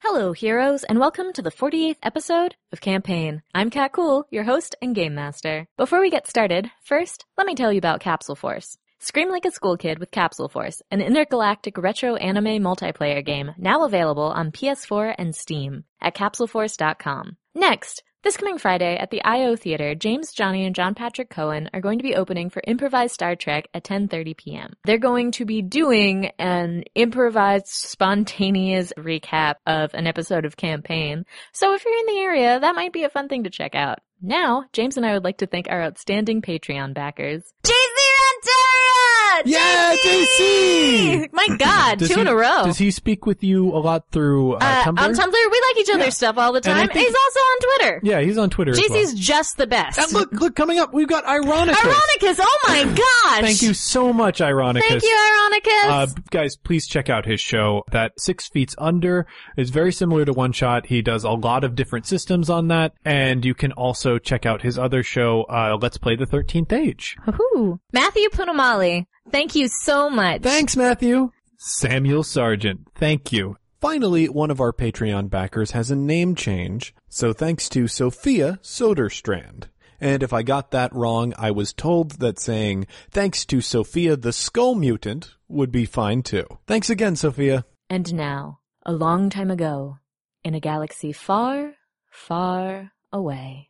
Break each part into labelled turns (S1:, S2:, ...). S1: Hello, heroes, and welcome to the 48th episode of Campaign. I'm Kat Cool, your host and game master. Before we get started, first, let me tell you about Capsule Force. Scream like a school kid with Capsule Force, an intergalactic retro anime multiplayer game now available on PS4 and Steam at capsuleforce.com. Next, this coming Friday at the IO Theater, James Johnny and John Patrick Cohen are going to be opening for Improvised Star Trek at 10:30 p.m. They're going to be doing an improvised spontaneous recap of an episode of Campaign. So if you're in the area, that might be a fun thing to check out. Now, James and I would like to thank our outstanding Patreon backers.
S2: JC Renteria!
S3: Yeah, JC!
S1: My god,
S3: Does
S1: two in
S3: he-
S1: a row.
S3: Does he speak with you a lot through uh,
S1: Uh,
S3: Tumblr?
S1: On Tumblr, we like each other's
S3: Yeah.
S1: stuff all the
S3: I
S1: time. And
S3: think-
S1: He's also on Twitter.
S3: yeah, he's on Twitter. as well.
S1: JC's just the best.
S3: And look, look, coming up, we've got Ironicus.
S1: Ironicus, oh my gosh!
S3: Thank you so much, Ironicus.
S1: Thank you, Ironicus.
S3: Uh, guys, please check out his show. That Six Feet Under is very similar to One Shot. He does a lot of different systems on that, and you can also check out his other show, uh, Let's Play the Thirteenth Age.
S1: Woohoo. Matthew Punamali, thank you so much.
S3: Thanks, Matthew. Samuel Sargent, thank you.
S4: Finally, one of our Patreon backers has a name change, so thanks to Sophia Soderstrand. And if I got that wrong, I was told that saying, thanks to Sophia the Skull Mutant would be fine too. Thanks again, Sophia.
S1: And now, a long time ago, in a galaxy far, far away.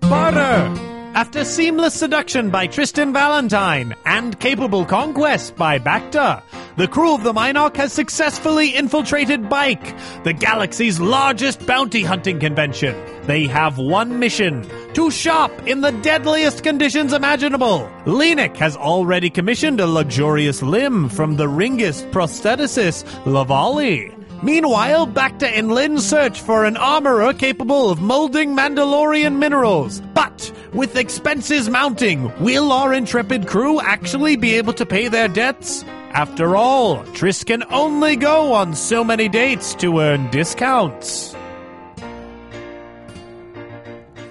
S5: Barter! After seamless seduction by Tristan Valentine and capable conquest by Bacta, the crew of the Minarch has successfully infiltrated Bike, the galaxy's largest bounty hunting convention. They have one mission to shop in the deadliest conditions imaginable. Lenik has already commissioned a luxurious limb from the ringist prostheticist Lavali. Meanwhile, Bacta and Lin search for an armorer capable of molding Mandalorian minerals. But with expenses mounting, will our intrepid crew actually be able to pay their debts? After all, Triss can only go on so many dates to earn discounts.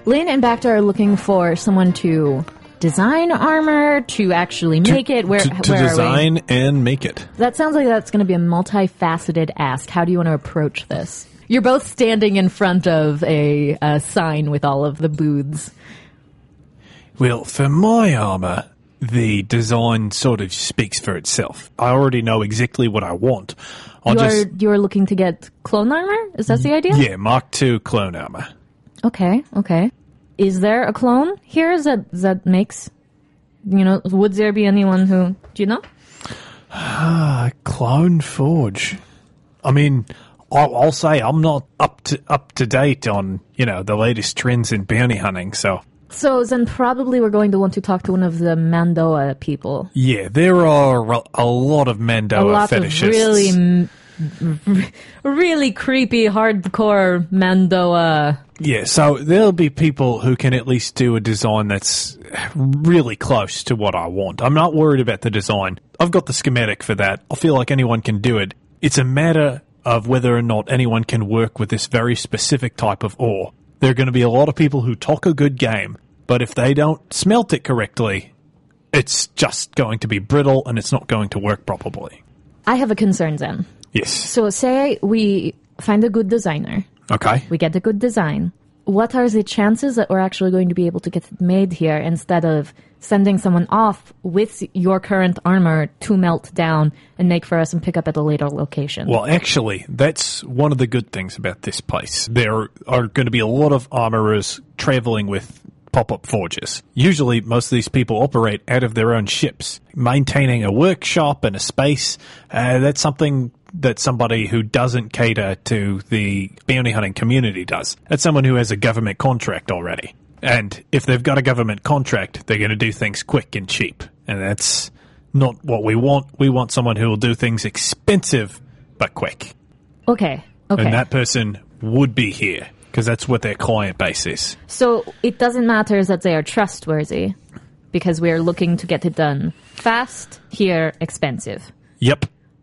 S1: Lynn and Bacta are looking for someone to design armor, to actually make it. Where,
S4: to to
S1: where are we?
S4: design and make it.
S1: That sounds like that's going to be a multifaceted ask. How do you want to approach this? You're both standing in front of a, a sign with all of the booths.
S6: Well, for my armor, the design sort of speaks for itself. I already know exactly what I want. I'll
S1: You're
S6: just
S1: you're looking to get clone armor? Is that the idea?
S6: yeah, Mark II clone armor.
S1: Okay, okay. Is there a clone here Is that that makes? You know, would there be anyone who do you know?
S6: A clone forge. I mean, I'll, I'll say I'm not up to up to date on you know the latest trends in bounty hunting. So
S1: So then probably we're going to want to talk to one of the Mandoa people.
S6: yeah, there are a- a lot of
S1: a
S6: Mandoa
S1: lot of
S6: Oh, fetishists.
S1: really, m- really creepy hardcore Mandoa.
S6: Yeah, so there'll be people who can at least do a design that's really close to what I want. I'm not worried about the design. I've got the schematic for that. I feel like anyone can do it. It's a matter of whether or not anyone can work with this very specific type of ore. There are going to be a lot of people who talk a good game, but if they don't smelt it correctly, it's just going to be brittle and it's not going to work properly.
S1: I have a concern then.
S6: Yes.
S1: So say we find a good designer.
S6: Okay.
S1: we get a good design. What are the chances that we're actually going to be able to get it made here instead of sending someone off with your current armor to melt down and make for us and pick up at a later location?
S6: Well, actually, that's one of the good things about this place. There are going to be a lot of armorers traveling with pop up forges. Usually, most of these people operate out of their own ships. Maintaining a workshop and a space, uh, that's something that somebody who doesn't cater to the bounty hunting community does. That's someone who has a government contract already. And if they've got a government contract, they're going to do things quick and cheap. And that's not what we want. We want someone who will do things expensive but quick.
S1: okay, okay.
S6: And that person would be here because that's what their client base is.
S1: so it doesn't matter that they are trustworthy because we are looking to get it done fast, here, expensive.
S6: Yep.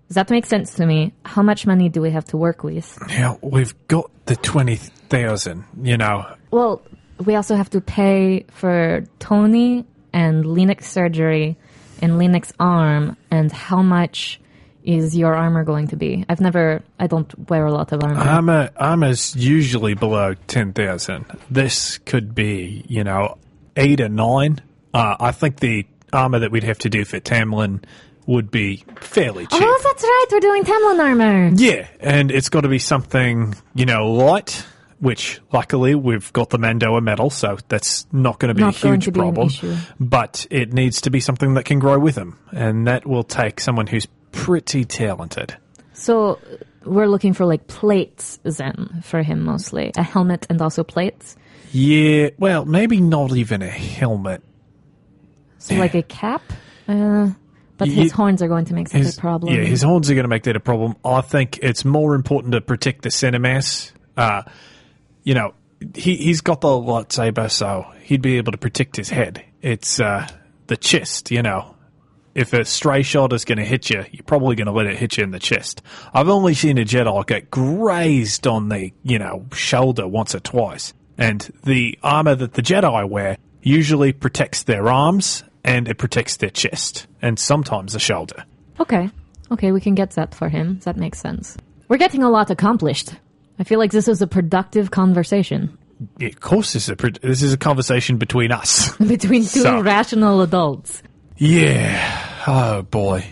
S1: Does that make sense to me? How much money do we have to work with?
S6: Now we've got the 20,000, you know.
S1: Well, we also have to pay for Tony and Linux surgery in Linux arm, and how much is your armor going to be? I've never, I don't wear a lot of armor.
S6: Armor, armor's usually below 10,000. This could be, you know, eight or nine. Uh, I think the armor that we'd have to do for Tamlin would be fairly cheap.
S1: oh, that's right, we're doing Tamlin armor.
S6: Yeah, and it's got to be something, you know, light, which luckily we've got the Mandoa medal, so that's not going to be
S1: Not
S6: a
S1: going
S6: huge
S1: to be an
S6: problem.
S1: issue.
S6: But it needs to be something that can grow with him, and that will take someone who's pretty talented.
S1: So we're looking for like plates then for him mostly. A helmet and also plates.
S6: Yeah, well, maybe not even a helmet.
S1: So like a cap. Uh, but
S6: You-
S1: his horns are going to make such
S6: His-
S1: a problem.
S6: Yeah, his horns are going to make that a problem. I think it's more important to protect the Cinemass. Uh, you know, he, he's got the lightsaber, so he'd be able to protect his head. It's uh, the chest, you know. If a stray shot is going to hit you, you're probably going to let it hit you in the chest. I've only seen a Jedi get grazed on the, you know, shoulder once or twice. And the armor that the Jedi wear usually protects their arms and it protects their chest and sometimes the shoulder.
S1: Okay. Okay, we can get that for him. That makes sense. We're getting a lot accomplished. I feel like this is a productive conversation
S6: Yeah, of course, this is a, pred- this is a conversation between us.
S1: between two
S6: So-
S1: rational adults.
S6: yeah. Oh boy.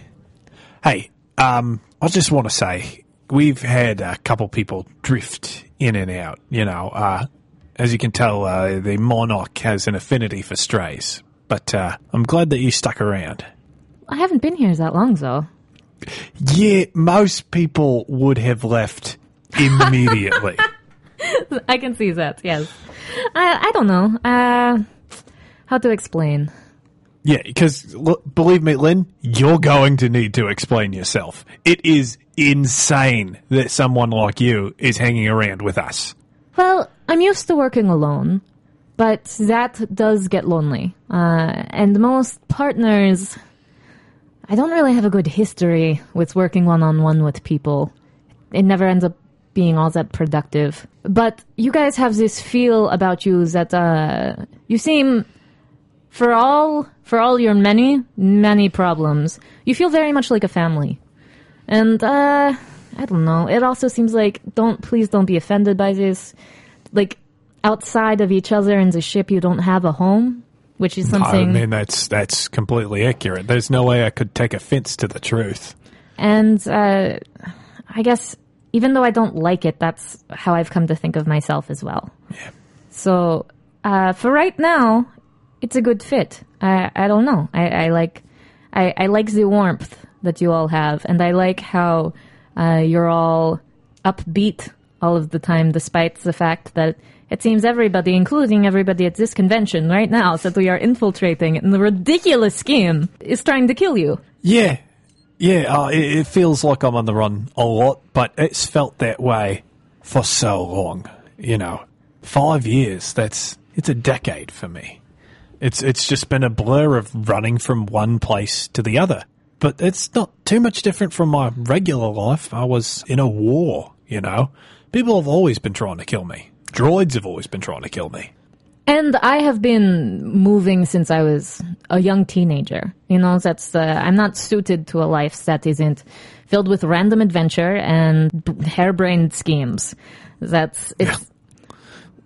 S6: Hey, um, I just want to say we've had a couple people drift in and out. You know, uh, as you can tell, uh, the monarch has an affinity for strays. But uh, I'm glad that you stuck around.
S1: I haven't been here that long though.
S6: Yeah, most people would have left immediately.
S1: I can see that. Yes. I I don't know. Uh, how to explain?
S6: Yeah, because l- believe me, Lynn, you're going to need to explain yourself. It is insane that someone like you is hanging around with us.
S1: Well, I'm used to working alone, but that does get lonely. Uh, and most partners, I don't really have a good history with working one on one with people. It never ends up being all that productive. But you guys have this feel about you that uh, you seem, for all for all your many many problems, you feel very much like a family. And uh, I don't know. It also seems like don't please don't be offended by this like outside of each other in the ship you don't have a home which is
S6: I
S1: something
S6: mean, that's that's completely accurate. There's no way I could take offense to the truth.
S1: and uh, i guess even though i don't like it that's how i've come to think of myself as well so uh, for right now it's a good fit i, I don't know i, I like I, I like the warmth that you all have and i like how uh, you're all upbeat all of the time despite the fact that it seems everybody, including everybody at this convention right now, that we are infiltrating and the ridiculous scheme is trying to kill you.
S6: Yeah, yeah. Uh, it, it feels like I'm on the run a lot, but it's felt that way for so long. You know, five years. That's it's a decade for me. It's it's just been a blur of running from one place to the other. But it's not too much different from my regular life. I was in a war. You know, people have always been trying to kill me. Droids have always been trying to kill me.
S1: And I have been moving since I was a young teenager. You know, that's uh, I'm not suited to a life that isn't filled with random adventure and b- harebrained schemes. That's it's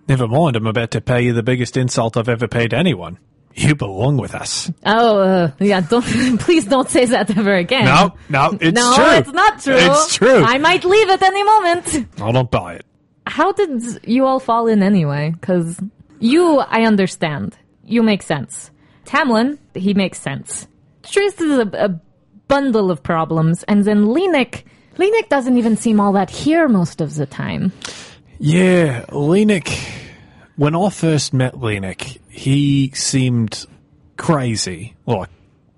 S6: Never mind. I'm about to pay you the biggest insult I've ever paid anyone. You belong with us.
S1: oh uh, yeah. Don't please don't say that ever again.
S6: No, no, it's
S1: no,
S6: true.
S1: it's not true.
S6: It's true.
S1: I
S6: I,
S1: might leave at any moment.
S6: don't buy it.
S1: How did you all fall in anyway? Because you, I understand. You make sense. Tamlin, he makes sense. Trist is a, a bundle of problems, and then Lenik. Lenik doesn't even seem all that here most of the time.
S6: Yeah, Lenik. When I first met Lenik, he seemed crazy. Like,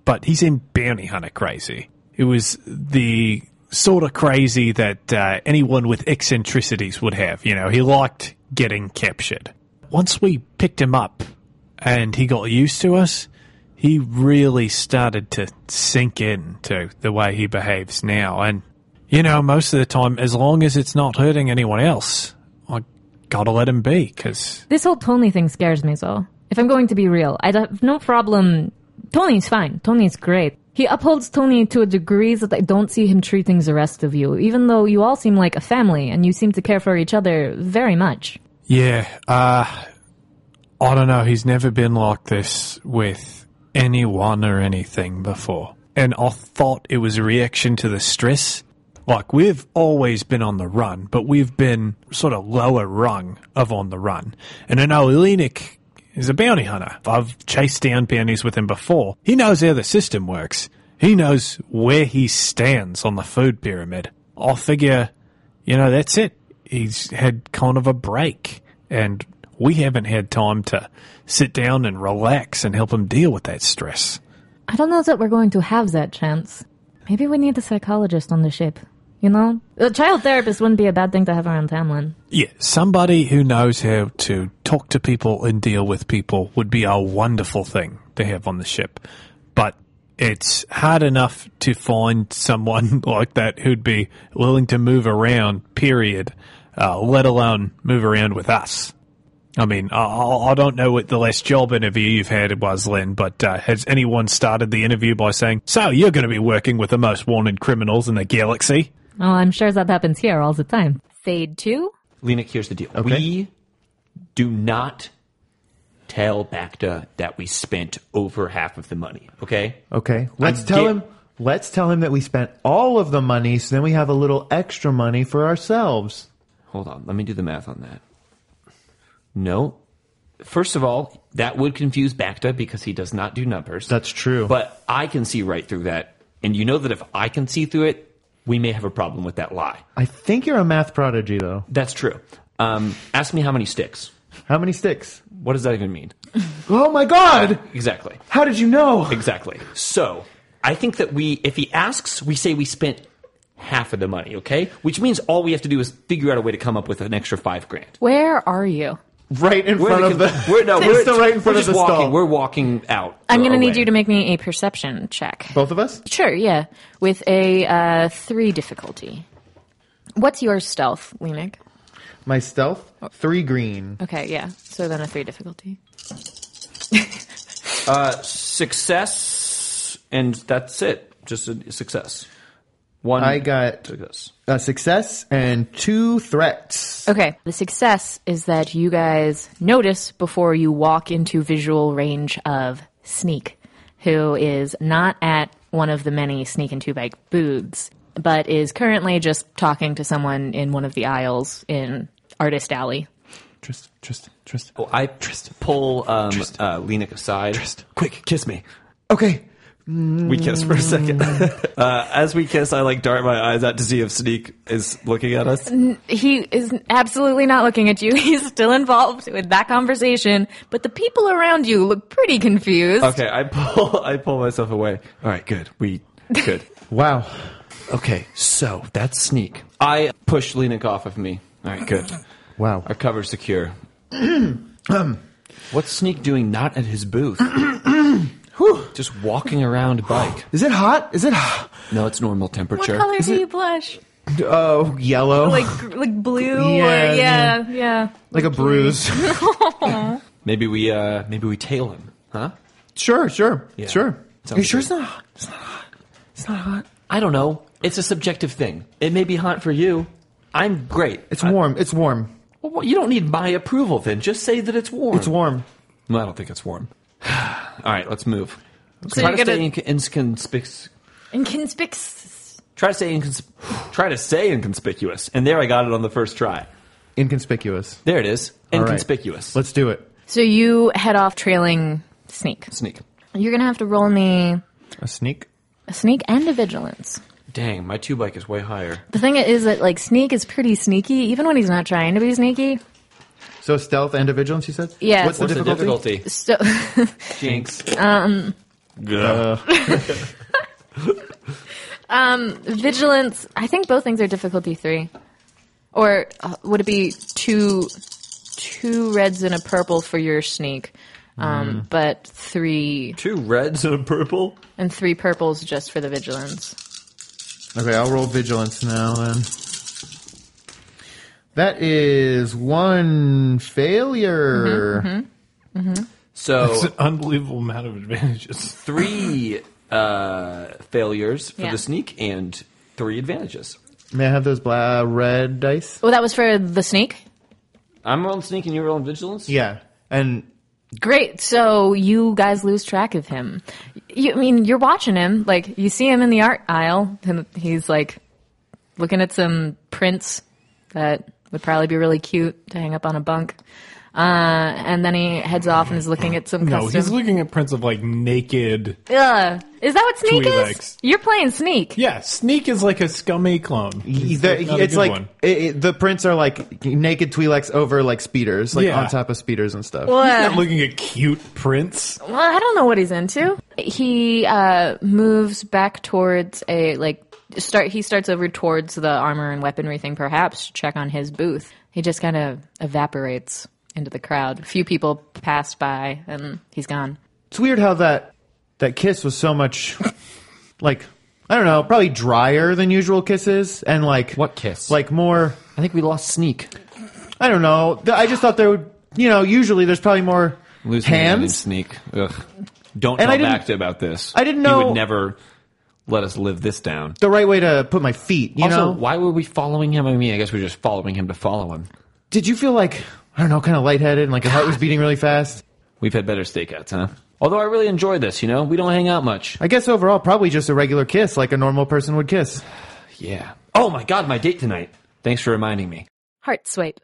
S6: but he seemed bounty hunter crazy. It was the sort of crazy that uh, anyone with eccentricities would have. You know, he liked getting captured. Once we picked him up and he got used to us, he really started to sink in to the way he behaves now. And, you know, most of the time, as long as it's not hurting anyone else, I gotta let him be, because
S1: This whole Tony thing scares me, though. If I'm going to be real, I'd have no problem. Tony's fine. Tony's great. He upholds Tony to a degree that I don't see him treating the rest of you, even though you all seem like a family and you seem to care for each other very much.
S6: Yeah, uh, I don't know. He's never been like this with anyone or anything before. And I thought it was a reaction to the stress. Like, we've always been on the run, but we've been sort of lower rung of on the run. And I know Lenik is a bounty hunter. I've chased down bounties with him before. He knows how the system works. He knows where he stands on the food pyramid. I figure you know, that's it. He's had kind of a break, and we haven't had time to sit down and relax and help him deal with that stress.
S1: I don't know that we're going to have that chance. Maybe we need a psychologist on the ship. You know? A child therapist wouldn't be a bad thing to have around Tamlin.
S6: Yeah, somebody who knows how to talk to people and deal with people would be a wonderful thing to have on the ship. But it's hard enough to find someone like that who'd be willing to move around, period, uh, let alone move around with us. I mean, I, I I don't know what the last job interview you've had was, Len, but uh, has anyone started the interview by saying, So you're going to be working with the most wanted criminals in the galaxy?
S1: Oh, I'm sure that happens here all the time. Fade 2?
S7: Lenik, here's the deal. We do not tell Bacta that we spent over half of the money, okay?
S8: Okay. Let's tell
S7: get-
S8: him. Let's tell him that we spent all of the money, so then we have a little extra money for ourselves.
S7: Hold on, let me do the math on that. No. First of all, that would confuse Bacta because he does not do numbers.
S8: That's true.
S7: But I can see right through that. And you know that if I can see through it, we may have a problem with that lie.
S8: I think you're a math prodigy, though.
S7: That's true. Um, ask me how many sticks.
S8: How many sticks?
S7: What does that even mean?
S8: Oh my God!
S7: Exactly.
S8: How did you know?
S7: Exactly. So I think that we, if he asks, we say we spent half of the money, okay? Which means all we have to do is figure out a way to come up with an extra five grand.
S1: Where are you?
S8: Right in
S7: We're
S8: front
S7: the
S8: of the.
S7: con- we're, no, we're,
S8: It's still right in front
S7: we're
S8: of
S7: just
S8: the
S7: walking.
S8: stall.
S7: We're walking out.
S1: I'm gonna
S7: away.
S1: need you to make me a perception check.
S8: Both of us.
S1: Sure, yeah. With a uh, 3 difficulty. What's your stealth, Lenik?
S8: My stealth three green.
S1: Okay, yeah. So then a 3 difficulty.
S7: success, and that's it. Just a success. One.
S8: I got
S7: success.
S8: a success and two threats.
S1: Okay. The success is that you guys notice before you walk into visual range of Sneak, who is not at one of the many Sneak and Two Bike booths, but is currently just talking to someone in one of the aisles in Artist Alley.
S6: Trist, Trist, Trist.
S7: Oh, I pull um, uh, Lenik aside. Quick, kiss me.
S8: Okay.
S7: We kiss for a second. uh, as we kiss, I like dart my eyes out to see if Sneak is looking at us.
S1: He is absolutely not looking at you. He's still involved with that conversation, but the people around you look pretty confused.
S7: Okay, I pull. I pull myself away. All right, good. We good.
S8: Wow.
S7: okay, so that's Sneak. I push Lenik off of me. All right, good.
S8: Wow.
S7: Our cover secure. Um, What's Sneak doing? Not at his booth. Just walking around bike.
S8: Is it hot? Is it hot?
S7: No, it's normal
S1: what
S7: temperature.
S1: color do you blush?
S8: Oh, yellow.
S1: Like gr- like blue
S8: Yeah,
S1: or yeah, yeah.
S8: like a bruise.
S7: Maybe we uh maybe we tail him, huh?
S8: sure, sure, sure.
S7: Sounds
S8: Are you
S7: good.
S8: sure it's not hot? It's not hot. It's not hot.
S7: I don't know. It's a subjective thing. It may be hot for you. I'm great.
S8: It's warm. It's warm.
S7: Well, what- you don't need my approval then. Just say that it's warm.
S8: It's warm.
S7: Well, I don't think it's warm. All right, let's move.
S1: So
S7: try
S1: you're
S7: to
S1: gonna-
S7: stay inc- inconspicuous.
S1: Inconspicuous.
S7: Try to stay inconspicuous. try to stay inconspicuous. And there, I got it on the first try.
S8: Inconspicuous.
S7: There it is.
S8: All right.
S7: Inconspicuous.
S8: Let's do it.
S1: So you head off trailing sneak.
S7: sneak.
S1: You're gonna have to roll me
S8: A sneak.
S1: a sneak and a vigilance.
S7: Dang, my two bike is way higher.
S1: The thing is that like sneak is pretty sneaky, even when he's not trying to be sneaky.
S8: So stealth and a vigilance. You said.
S1: Yeah.
S8: What's the
S7: What's
S8: difficulty?
S7: the difficulty?
S1: So
S7: Jinx.
S1: vigilance. I think both things are difficulty three, or uh, would it be two two reds and a purple for your sneak? Um, but three
S7: two reds and a purple.
S1: and three purples just for the vigilance.
S8: Okay, I'll roll vigilance now. Then. That is one failure.
S7: So
S6: It's an unbelievable amount of advantages.
S7: three uh, failures for
S9: Yeah.
S7: the sneak and three advantages.
S8: May I have those bla- red dice?
S1: Oh,
S9: Well, that was for the sneak.
S7: I'm rolling sneak and you're rolling vigilance.
S8: Yeah. And
S9: Great. So you guys lose track of him. You, I mean, you're watching him. Like you see him in the art aisle, and he's like looking at some prints that would probably be really cute to hang up on a bunk. Uh, and then he heads off and is looking at some
S6: No,
S9: custom.
S6: he's looking at prints of like naked.
S9: Ugh. Is that what sneak
S6: Twee
S9: is?
S6: legs.
S9: You're playing sneak.
S6: Yeah, Sneak is like a scummy clone. He's
S8: there-
S6: another
S8: it's
S6: good
S8: like
S6: one.
S8: it, it- the prints are like naked Twi'leks over like speeders, like
S6: Yeah.
S8: on top of speeders and stuff.
S9: Well,
S6: He's
S9: uh,
S6: not looking at cute prints.
S9: well, I don't know what he's into. He uh, moves back towards a like start. He starts over towards the armor and weaponry thing, perhaps to check on his booth. He just kind of evaporates into the crowd. A few people passed by, and he's gone.
S8: it's weird how that that kiss was so much like I don't know, probably drier than usual kisses, and like
S7: What kiss?
S8: Like more.
S7: I think we lost sneak.
S8: I don't know. Th- I just thought there would, you know, usually there's probably more
S7: Losing hand in
S8: hands.
S7: sneak. Ugh. Don't
S8: And I
S7: tell
S8: didn't-
S7: Bacta about this.
S8: I didn't
S7: He
S8: know-
S7: would never let us live this down.
S8: The right way to put my feet, you
S7: also,
S8: know.
S7: why were we following him? I mean, I guess we are just following him to follow him.
S8: Did you feel like I don't know, kind of lightheaded, and like your heart was beating really fast?
S7: We've had better stakeouts, huh? Although I really enjoy this, you know? We don't hang out much.
S8: I guess overall, probably just a regular kiss, like a normal person would kiss.
S7: Yeah. Oh my god, my date tonight. Thanks for reminding me.
S9: Heart swipe.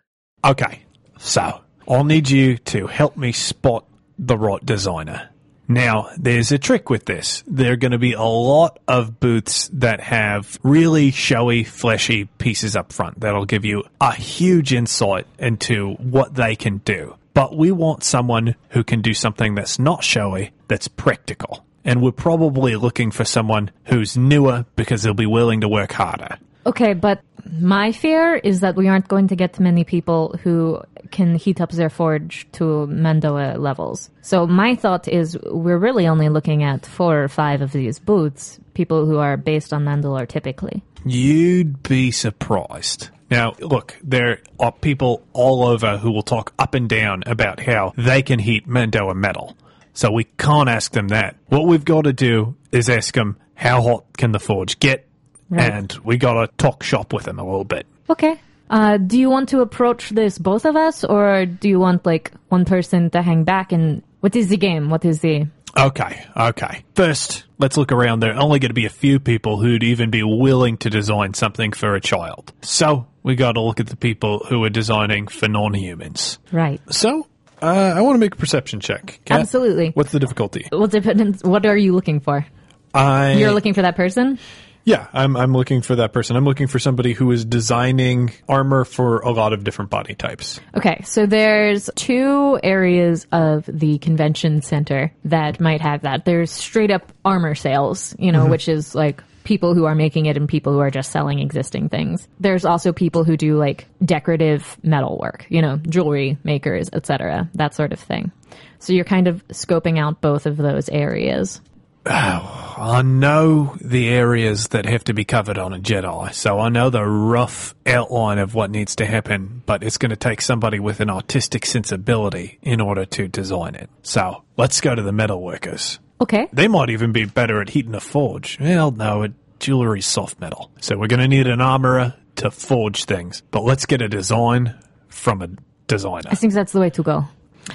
S6: Okay, so I'll need you to help me spot the right designer. Now, there's a trick with this. There are going to be a lot of booths that have really showy, fleshy pieces up front that'll give you a huge insight into what they can do. But we want someone who can do something that's not showy, that's practical. And we're probably looking for someone who's newer because they'll be willing to work harder.
S9: Okay, but my fear is that we aren't going to get many people who can heat up their forge to Mandoa levels. So my thought is we're really only looking at four or five of these booths, people who are based on Mandalore typically.
S6: You'd be surprised. Now, look, there are people all over who will talk up and down about how they can heat Mandoa metal. So we can't ask them that. What we've got to do is ask them how hot can the forge get, and we got to talk shop with them a little bit.
S9: Okay. Uh, do you want to approach this both of us, or do you want like one person to hang back and what is the game? What is the
S6: Okay, okay. First, let's look around. There are only going to be a few people who'd even be willing to design something for a child. So we got to look at the people who are designing for non-humans.
S9: right?
S6: So, uh, I want to make a perception check. Kat.
S9: Absolutely.
S6: What's the difficulty?
S9: Well, depends. What are you looking for?
S6: I
S9: You're looking for that person.
S6: yeah. I'm I'm looking for that person. I'm looking for somebody who is designing armor for a lot of different body types.
S9: Okay, so there's two areas of the convention center that might have that. There's straight up armor sales, you know, which is like people who are making it and people who are just selling existing things. There's also people who do like decorative metal work, you know, jewelry makers, etc., that sort of thing. So you're kind of scoping out both of those areas.
S6: I know the areas that have to be covered on a Jedi, so I know the rough outline of what needs to happen. But it's going to take somebody with an artistic sensibility in order to design it. So let's go to the metal workers.
S9: Okay.
S6: They might even be better at heating a forge. Well, no, it, jewelry's soft metal. So we're going to need an armorer to forge things. But let's get a design from a designer.
S9: I think that's the way to go.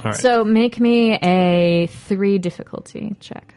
S6: right.
S9: So make me a three difficulty check.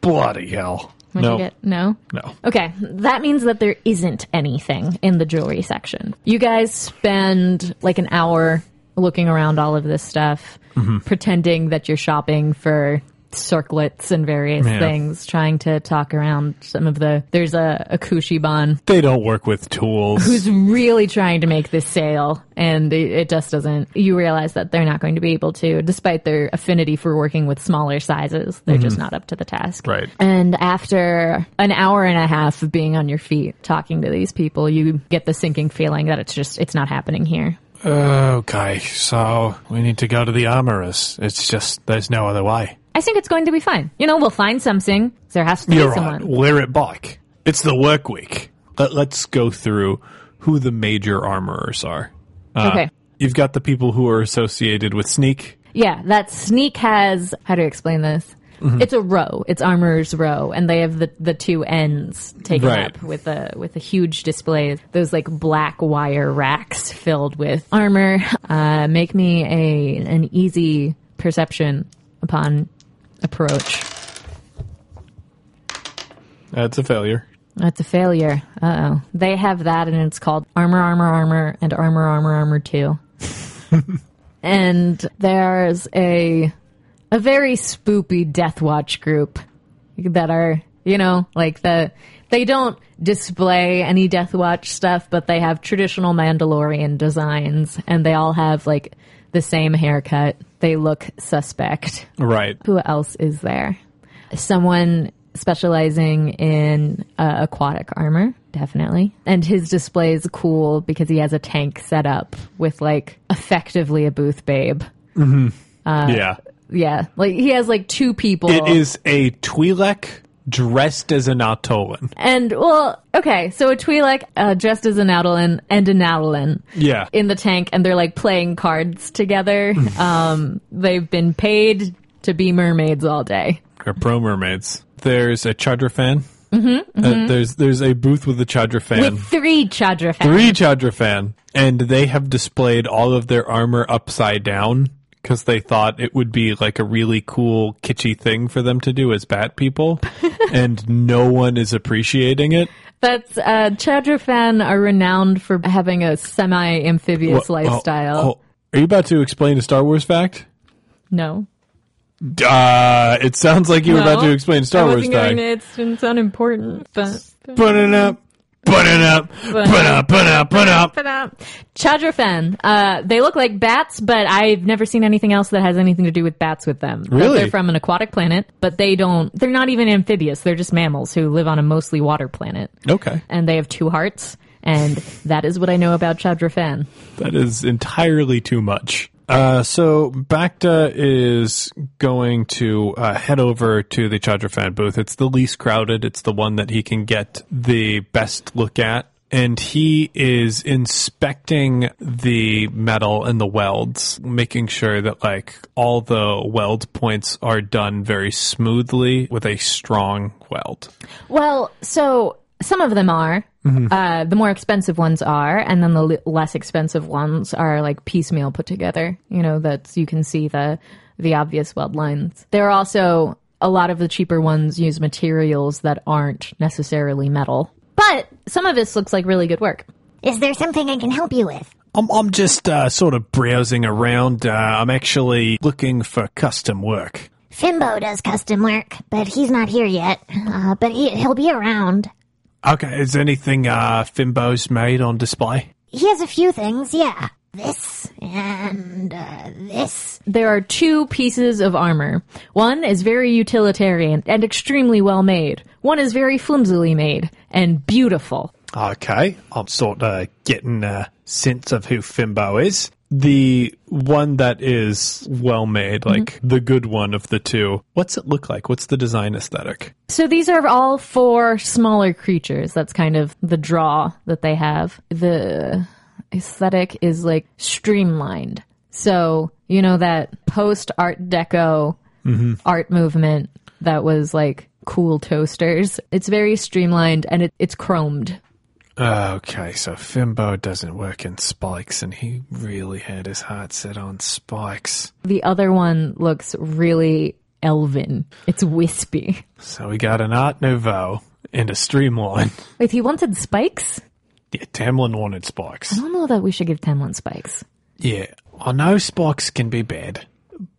S6: Bloody hell.
S9: What'd
S6: no,
S9: you get? No?
S6: no.
S9: Okay, that means that there isn't anything in the jewelry section. You guys spend like an hour looking around all of this stuff, pretending that you're shopping for circlets and various
S6: Yeah.
S9: things, trying to talk around some of the. There's a, a Kushiban
S6: They don't work with tools.
S9: who's really trying to make this sale, and it, it just doesn't. You realize that they're not going to be able to, despite their affinity for working with smaller sizes. They're just not up to the task.
S6: Right.
S9: And after an hour and a half of being on your feet talking to these people, you get the sinking feeling that it's just it's not happening here.
S6: okay, so we need to go to the armorers. It's just, there's no other way.
S9: I think it's going to be fine. You know, we'll find something. There has to be
S6: You're right.
S9: someone.
S6: We're at bike. It's the work week. Let, let's go through who the major armorers are.
S9: Okay.
S6: Ah. You've got the people who are associated with Sneak.
S1: Yeah, that sneak has how do you explain this? It's a row. It's armorer's row, and they have the, the two ends taken
S4: Right.
S1: up with a with a huge display. Those like black wire racks filled with armor. Uh, make me a an easy perception upon approach.
S6: That's a failure.
S1: That's a failure. Uh oh. They have that, and it's called Armor, Armor, Armor, and Armor, Armor, Armor 2. and there's a a very spoopy Death Watch group that are, you know, like the. They don't display any Death Watch stuff, but they have traditional Mandalorian designs, and they all have, like, the same haircut. They look suspect.
S6: Right.
S1: Who else is there? Someone specializing in uh, aquatic armor, definitely. And his display is cool because he has a tank set up with like effectively a booth babe. Uh,
S6: yeah.
S1: Yeah, like he has like two people.
S6: It is a Twi'lek dressed as an Atolan.
S1: and well, okay, so a Twi'lek uh, dressed as an Adelan and an Adelan.
S6: Yeah.
S1: in the tank and they're like playing cards together. um, they've been paid to be mermaids all day.
S6: Or pro mermaids. There's a Chadra fan. Mm-hmm, Uh, there's there's a booth with a Chadra fan.
S1: With three Chadra fans.
S6: Three Chadra fan. And they have displayed all of their armor upside down because they thought it would be like a really cool, kitschy thing for them to do as bat people. and no one is appreciating it.
S1: That's uh, Chadrafan are renowned for having a semi amphibious
S6: Wha- oh,
S1: lifestyle.
S6: oh, are you about to explain a Star Wars fact?
S1: No,
S6: Uh, it sounds like you were about
S1: No.
S6: to explain a Star
S1: I
S6: Wars
S1: wasn't going
S6: fact.
S1: to. It's, it's unimportant, but.
S6: Put it up. Put it up. Put up. Put up. Put up.
S1: Chadrafan, uh, they look like bats, but I've never seen anything else that has anything to do with bats with them. But
S6: Really?
S1: They're from an aquatic planet, but they don't, they're not even amphibious. They're just mammals who live on a mostly water planet.
S6: Okay,
S1: And they have two hearts, and that is what I know about Chadrafan.
S6: that is entirely too much. Uh, so Bacta is going to uh, head over to the Chadra fan booth. It's the least crowded. It's the one that he can get the best look at, and he is inspecting the metal and the welds, making sure that like all the weld points are done very smoothly with a strong weld.
S1: Well, so some of them are. Uh, the more expensive ones are, and then the l- less expensive ones are like piecemeal put together. You know, that's you can see the the obvious weld lines. There are also a lot of the cheaper ones use materials that aren't necessarily metal, but some of this looks like really good work.
S2: Is there something I can help you with?
S6: I'm, I'm just uh, sort of browsing around. Uh, I'm actually looking for custom work.
S2: Fimbo does custom work, but he's not here yet. Uh, but he, he'll be around.
S6: Okay, is anything uh, Fimbo's made on display?
S2: He has a few things, yeah. This and uh, this.
S1: There are two pieces of armor. One is very utilitarian and extremely well made. One is very flimsily made and beautiful.
S6: Okay, I'm sort of getting a sense of who Fimbo is. The one that is well made, like the good one of the two. What's it look like? What's the design aesthetic?
S1: So these are all four smaller creatures. That's kind of the draw that they have. The aesthetic is like streamlined. So, you know, that post Art Deco art movement that was like cool toasters. It's very streamlined and it, it's chromed.
S6: Okay, so Fimbo doesn't work in spikes, and he really had his heart set on spikes.
S1: The other one looks really elven, it's wispy.
S6: So we got an Art Nouveau and a Streamline.
S1: Wait, he wanted spikes?
S6: Yeah, Tamlin wanted spikes.
S1: I don't know that we should give Tamlin spikes.
S6: Yeah, I know Spikes can be bad,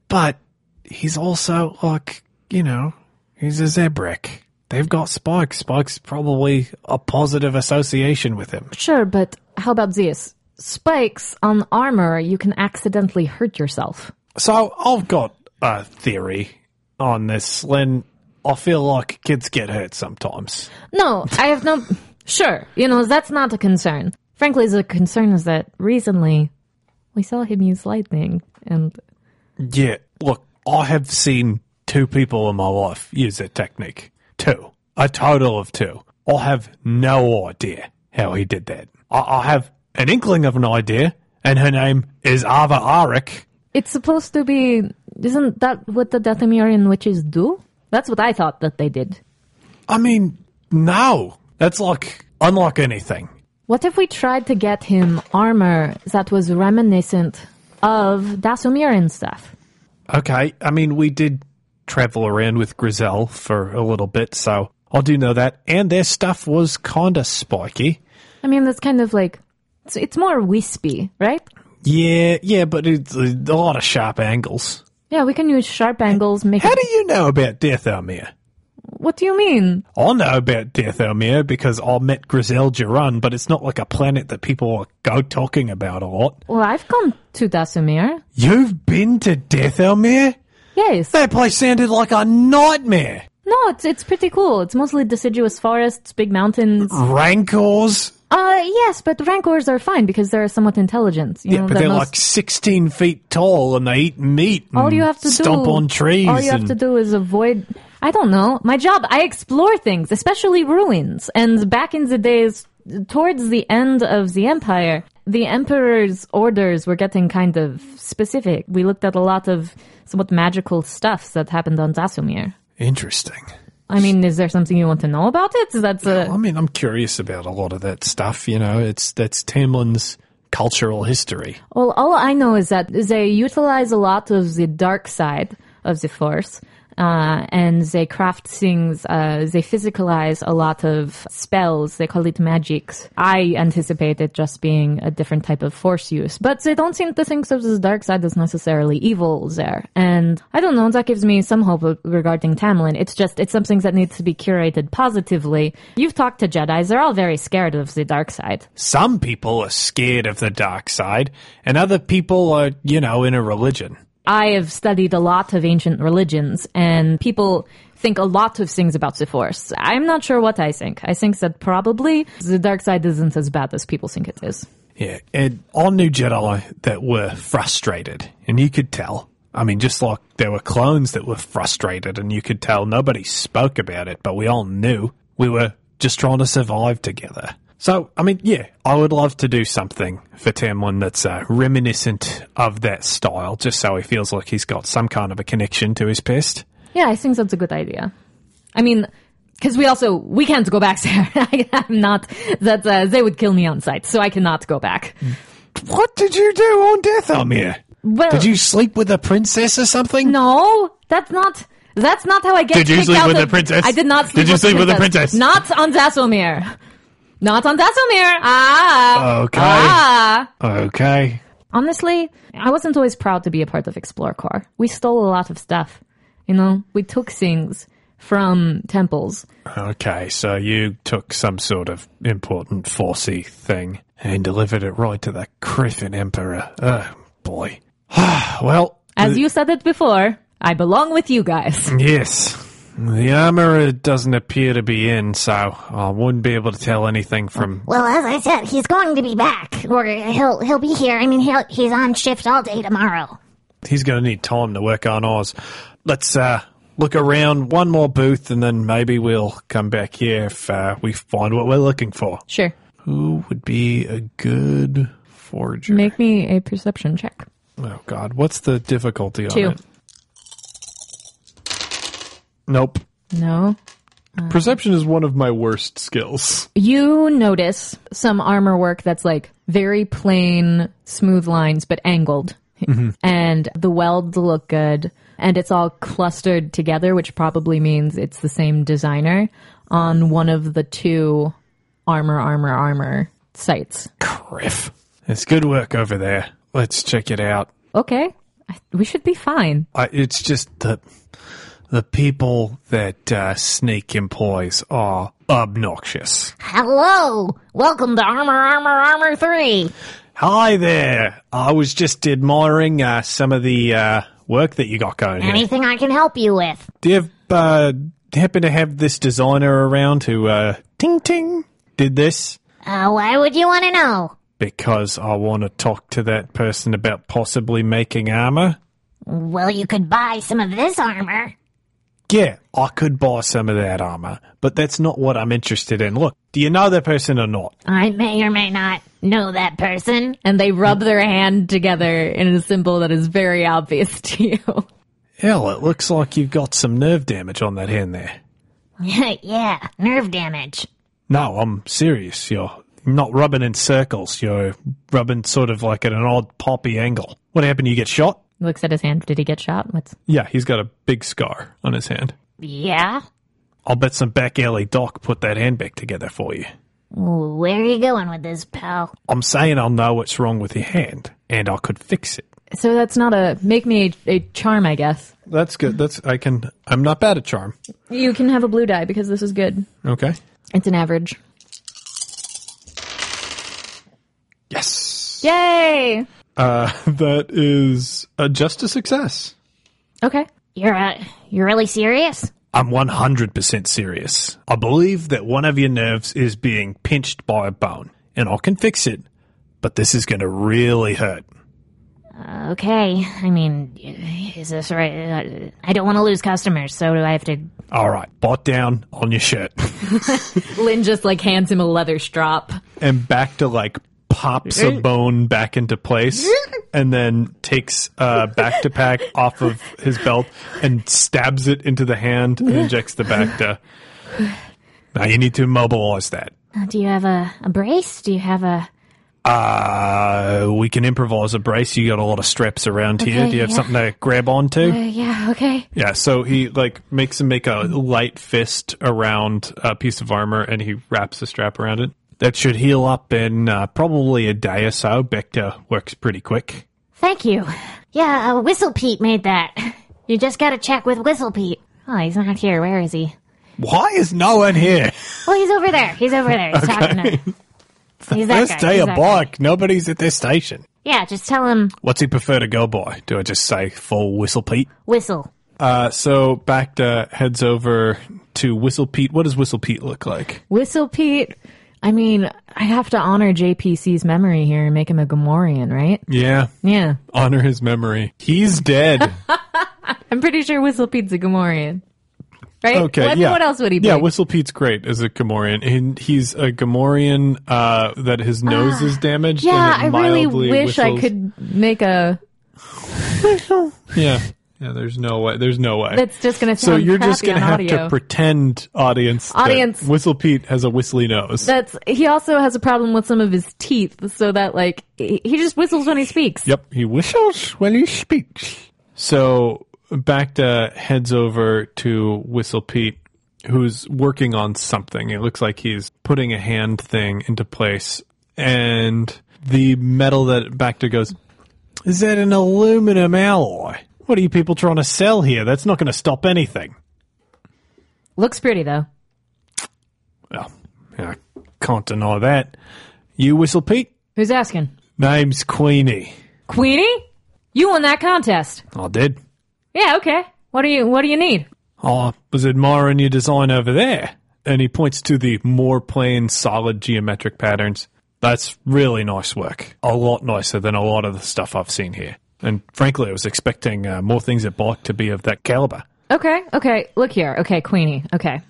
S6: but he's also like, you know, he's a Zebrek. They've got Spikes. Spikes probably a positive association with him.
S1: Sure, but how about this? Spikes on armor, you can accidentally hurt yourself.
S6: So I've got a theory on this, Lynn. I feel like kids get hurt sometimes.
S1: No, I have no. sure, you know, that's not a concern. Frankly, the concern is that recently we saw him use lightning, and
S6: Yeah, look, I have seen two people in my life use that technique. Two. A total of two. I have no idea how he did that. I, I have an inkling of an idea, and her name is Ava Arik,
S1: It's supposed to be. Isn't that what the Dathomirian witches do? That's what I thought that they did.
S6: I mean, now that's like unlock anything.
S1: What if we tried to get him armor that was reminiscent of Dathomirian stuff?
S6: Okay, I mean, we did travel around with Grizel for a little bit, so I do know that. And their stuff was kinda spiky.
S1: I mean, that's kind of like. It's, it's more wispy, right?
S6: Yeah, yeah, but it's a lot of sharp angles.
S1: Yeah, we can use sharp angles. Make
S6: How
S1: it,
S6: do you know about Death Elmir?
S1: what do you mean?
S6: I know about Death Elmir because I met Grizel Duran, but it's not like a planet that people go talking about a lot.
S1: Well, I've come to Dathomir.
S6: You've been to Death Elmir?
S1: Yes.
S6: That place sounded like a nightmare.
S1: No, it's it's pretty cool. It's mostly deciduous forests, big mountains.
S6: Uh-huh. Rancors.
S1: Uh, yes, but rancors are fine because they're somewhat intelligent. You know,
S6: but they're
S1: most-
S6: like 16 feet tall and they eat meat and
S1: all you have to
S6: stomp
S1: do,
S6: on trees.
S1: All you have
S6: and-
S1: to do is avoid. I don't know. My job, I explore things, especially ruins. And back in the days, towards the end of the empire, the emperor's orders were getting kind of specific. We looked at a lot of somewhat magical stuff that happened on Zasumir.
S6: Interesting.
S1: I mean, is there something you want to know about it? That's a.
S6: I mean, I'm curious about a lot of that stuff, you know. It's that's Tamlin's cultural history.
S1: Well, all I know is that they utilize a lot of the dark side of the force, uh, and they craft things. Uh, they physicalize a lot of spells. They call it magics. I anticipate it just being a different type of force use, but they don't seem to think of the dark side as necessarily evil there. And I don't know. That gives me some hope regarding Tamlin. It's just it's something that needs to be curated positively. You've talked to Jedi's; they're all very scared of the dark side.
S6: Some people are scared of the dark side and other people are, you know, in a religion.
S1: I have studied a lot of ancient religions, and people think a lot of things about the Force. I'm not sure what I think. I think that probably the dark side isn't as bad as people think it is.
S6: Yeah, and I knew Jedi that were frustrated, and you could tell. I mean, just like there were clones that were frustrated, and you could tell nobody spoke about it, but we all knew we were just trying to survive together. So, I mean, yeah, I would love to do something for Tamlin that's uh, reminiscent of that style, just so he feels like he's got some kind of a connection to his past.
S1: Yeah, I think that's a good idea. I mean, because we also we can't go back there. I, I'm not that uh, they would kill me on sight, so I cannot go back.
S6: What did you do on Death Elmir?
S1: Well,
S6: Did you sleep with a princess or something?
S1: No, that's not. That's not how I get.
S6: Did you
S1: kicked
S6: sleep
S1: out
S6: with
S1: of-
S6: the princess?
S1: I did not. Sleep
S6: Did you
S1: with
S6: sleep
S1: the
S6: with the
S1: princess.
S6: princess?
S1: Not on Zasomir. Not on Zasomir. Ah.
S6: Okay.
S1: Ah.
S6: Okay.
S1: Honestly, I wasn't always proud to be a part of Explore Corps. We stole a lot of stuff. You know, we took things from temples.
S6: Okay, so you took some sort of important forcey thing and delivered it right to the Griffin Emperor. Oh, boy. well,
S1: As you said it before, I belong with you guys.
S6: Mm. yes. The armorer doesn't appear to be in, so I wouldn't be able to tell anything from.
S2: Well, as I said, he's going to be back, or he'll he'll be here. I mean, he'll, he's on shift all day tomorrow.
S6: He's going to need time to work on ours. Let's uh, look around one more booth, and then maybe we'll come back here if uh, we find what we're looking for.
S1: Sure.
S6: Who would be a good forger?
S1: Make me a perception check.
S6: Oh God, what's the difficulty
S1: Two.
S6: on it? Nope.
S1: No. Uh.
S4: Perception is one of my worst skills.
S1: You notice some armor work that's like very plain, smooth lines, but angled. And the welds look good. And it's all clustered together, which probably means it's the same designer on one of the two armor, armor, armor sites.
S6: Criff. It's good work over there. Let's check it out.
S1: Okay. I- We should be fine.
S6: I, it's just the the people that uh, Snake employs are obnoxious.
S2: Hello, welcome to Armor Armor Armor Three.
S6: Hi there. I was just admiring uh, some of the uh, work that you got going here.
S2: Anything I can help you with?
S6: Do you have, uh, happen to have this designer around who uh, ting ting did this?
S2: Uh, why would you want to know?
S6: because I want to talk to that person about possibly making armor.
S2: Well, you could buy some of this armor.
S6: yeah, I could buy some of that armor, but that's not what I'm interested in. Look, do you know that person or not?
S2: I may or may not know that person.
S1: And they rub their hand together in a symbol that is very obvious to you.
S6: Hell, it looks like you've got some nerve damage on that hand there.
S2: yeah, nerve damage.
S6: No, I'm serious. You're not rubbing in circles. You're rubbing sort of like at an odd poppy angle. What happened? You get shot?
S1: Looks at his hand. Did he get shot? What's
S6: Yeah, he's got a big scar on his hand.
S2: Yeah?
S6: I'll bet some back alley doc put that hand back together for you.
S2: Where are you going with this, pal?
S6: I'm saying I'll know what's wrong with your hand, and I could fix it.
S1: so? That's not a make me a, a charm, I guess.
S6: That's good. That's I can. I'm not bad at charm.
S1: You can have a blue die because this is good.
S6: Okay.
S1: It's an average.
S6: Yes.
S1: Yay!
S6: Uh, that is uh, just a success.
S1: Okay.
S2: You're, uh, you're really serious?
S6: I'm 100% serious. I believe that one of your nerves is being pinched by a bone, and I can fix it, but this is going to really hurt.
S2: Okay, I mean, is this right? uh, I don't want to lose customers, so do I have to.
S6: All right, bot down on your shirt
S1: Lynn just like hands him a leather strap.
S6: and back to like pops a bone back into place and then takes uh, back to pack off of his belt and stabs it into the hand and injects the back to. Now you need to immobilize that.
S2: uh, Do you have a, a brace? Do you have a.
S6: Uh, we can improvise a brace. You got a lot of straps around here.
S2: Okay,
S6: Do you have
S2: yeah.
S6: something to grab onto?
S2: Uh, yeah, okay.
S6: Yeah, so he like makes him make a light fist around a piece of armor and he wraps a strap around it. That should heal up in uh, probably a day or so. Becta works pretty quick.
S2: Thank you. Yeah, uh, Whistle Pete made that. You just gotta check with Whistle Pete. Oh, he's not here. Where is he?
S6: Why is no one here?
S2: Well, he's over there. He's over there. He's talking to. He's that guy.
S6: Let's day
S2: He's
S6: a
S2: that guy.
S6: bike. Nobody's at their station.
S2: Yeah, just tell him
S6: What's he prefer to go by? Do I just say full whistle Pete?
S2: whistle.
S6: Uh, so Bacta heads over to Whistle Pete. What does Whistle Pete look like?
S1: Whistle Pete. I mean, I have to honor JPC's memory here and make him a Gamorrean, right?
S6: Yeah,
S1: Yeah.
S6: honor his memory. He's dead.
S1: I'm pretty sure Whistle Pete's a Gamorrean. Right?
S6: Okay.
S1: What,
S6: yeah.
S1: what else would he be?
S6: Yeah, Whistle Pete's great as a Gamorrean. And he's a Gamorrean uh, that his nose is damaged.
S1: Ah, Yeah, I
S6: and it
S1: really
S6: mildly
S1: wish I
S6: whistles.
S1: could make a.
S6: Yeah. Yeah. There's no way. There's no way.
S1: That's just going to
S6: so
S1: sound
S6: you're just
S1: crappy
S6: gonna
S1: on
S6: have
S1: audio.
S6: to pretend, audience. that
S1: Audience.
S6: Whistle Pete has a whistly nose.
S1: That's he also has a problem with some of his teeth, so that like he he just whistles when he speaks.
S6: Yep, he whistles when he speaks. So Bacta heads over to Whistle Pete, who's working on something. It looks like he's putting a hand thing into place, and the metal that Bacta goes, is that an aluminum alloy? What are you people trying to sell here? That's not going to stop anything.
S1: Looks pretty though.
S6: Well, I can't deny that. You Whistle Pete?
S1: Who's asking?
S6: Name's Queenie.
S1: Queenie? You won that contest.
S6: I did.
S1: Yeah, okay. What do you what do you need?
S6: I Oh, was admiring your design over there. And he points to the more plain, solid geometric patterns. That's really nice work. A lot nicer than a lot of the stuff I've seen here. And frankly, I was expecting uh, more things at Block to be of that caliber.
S1: Okay, okay. Look here. Okay, Queenie. Okay.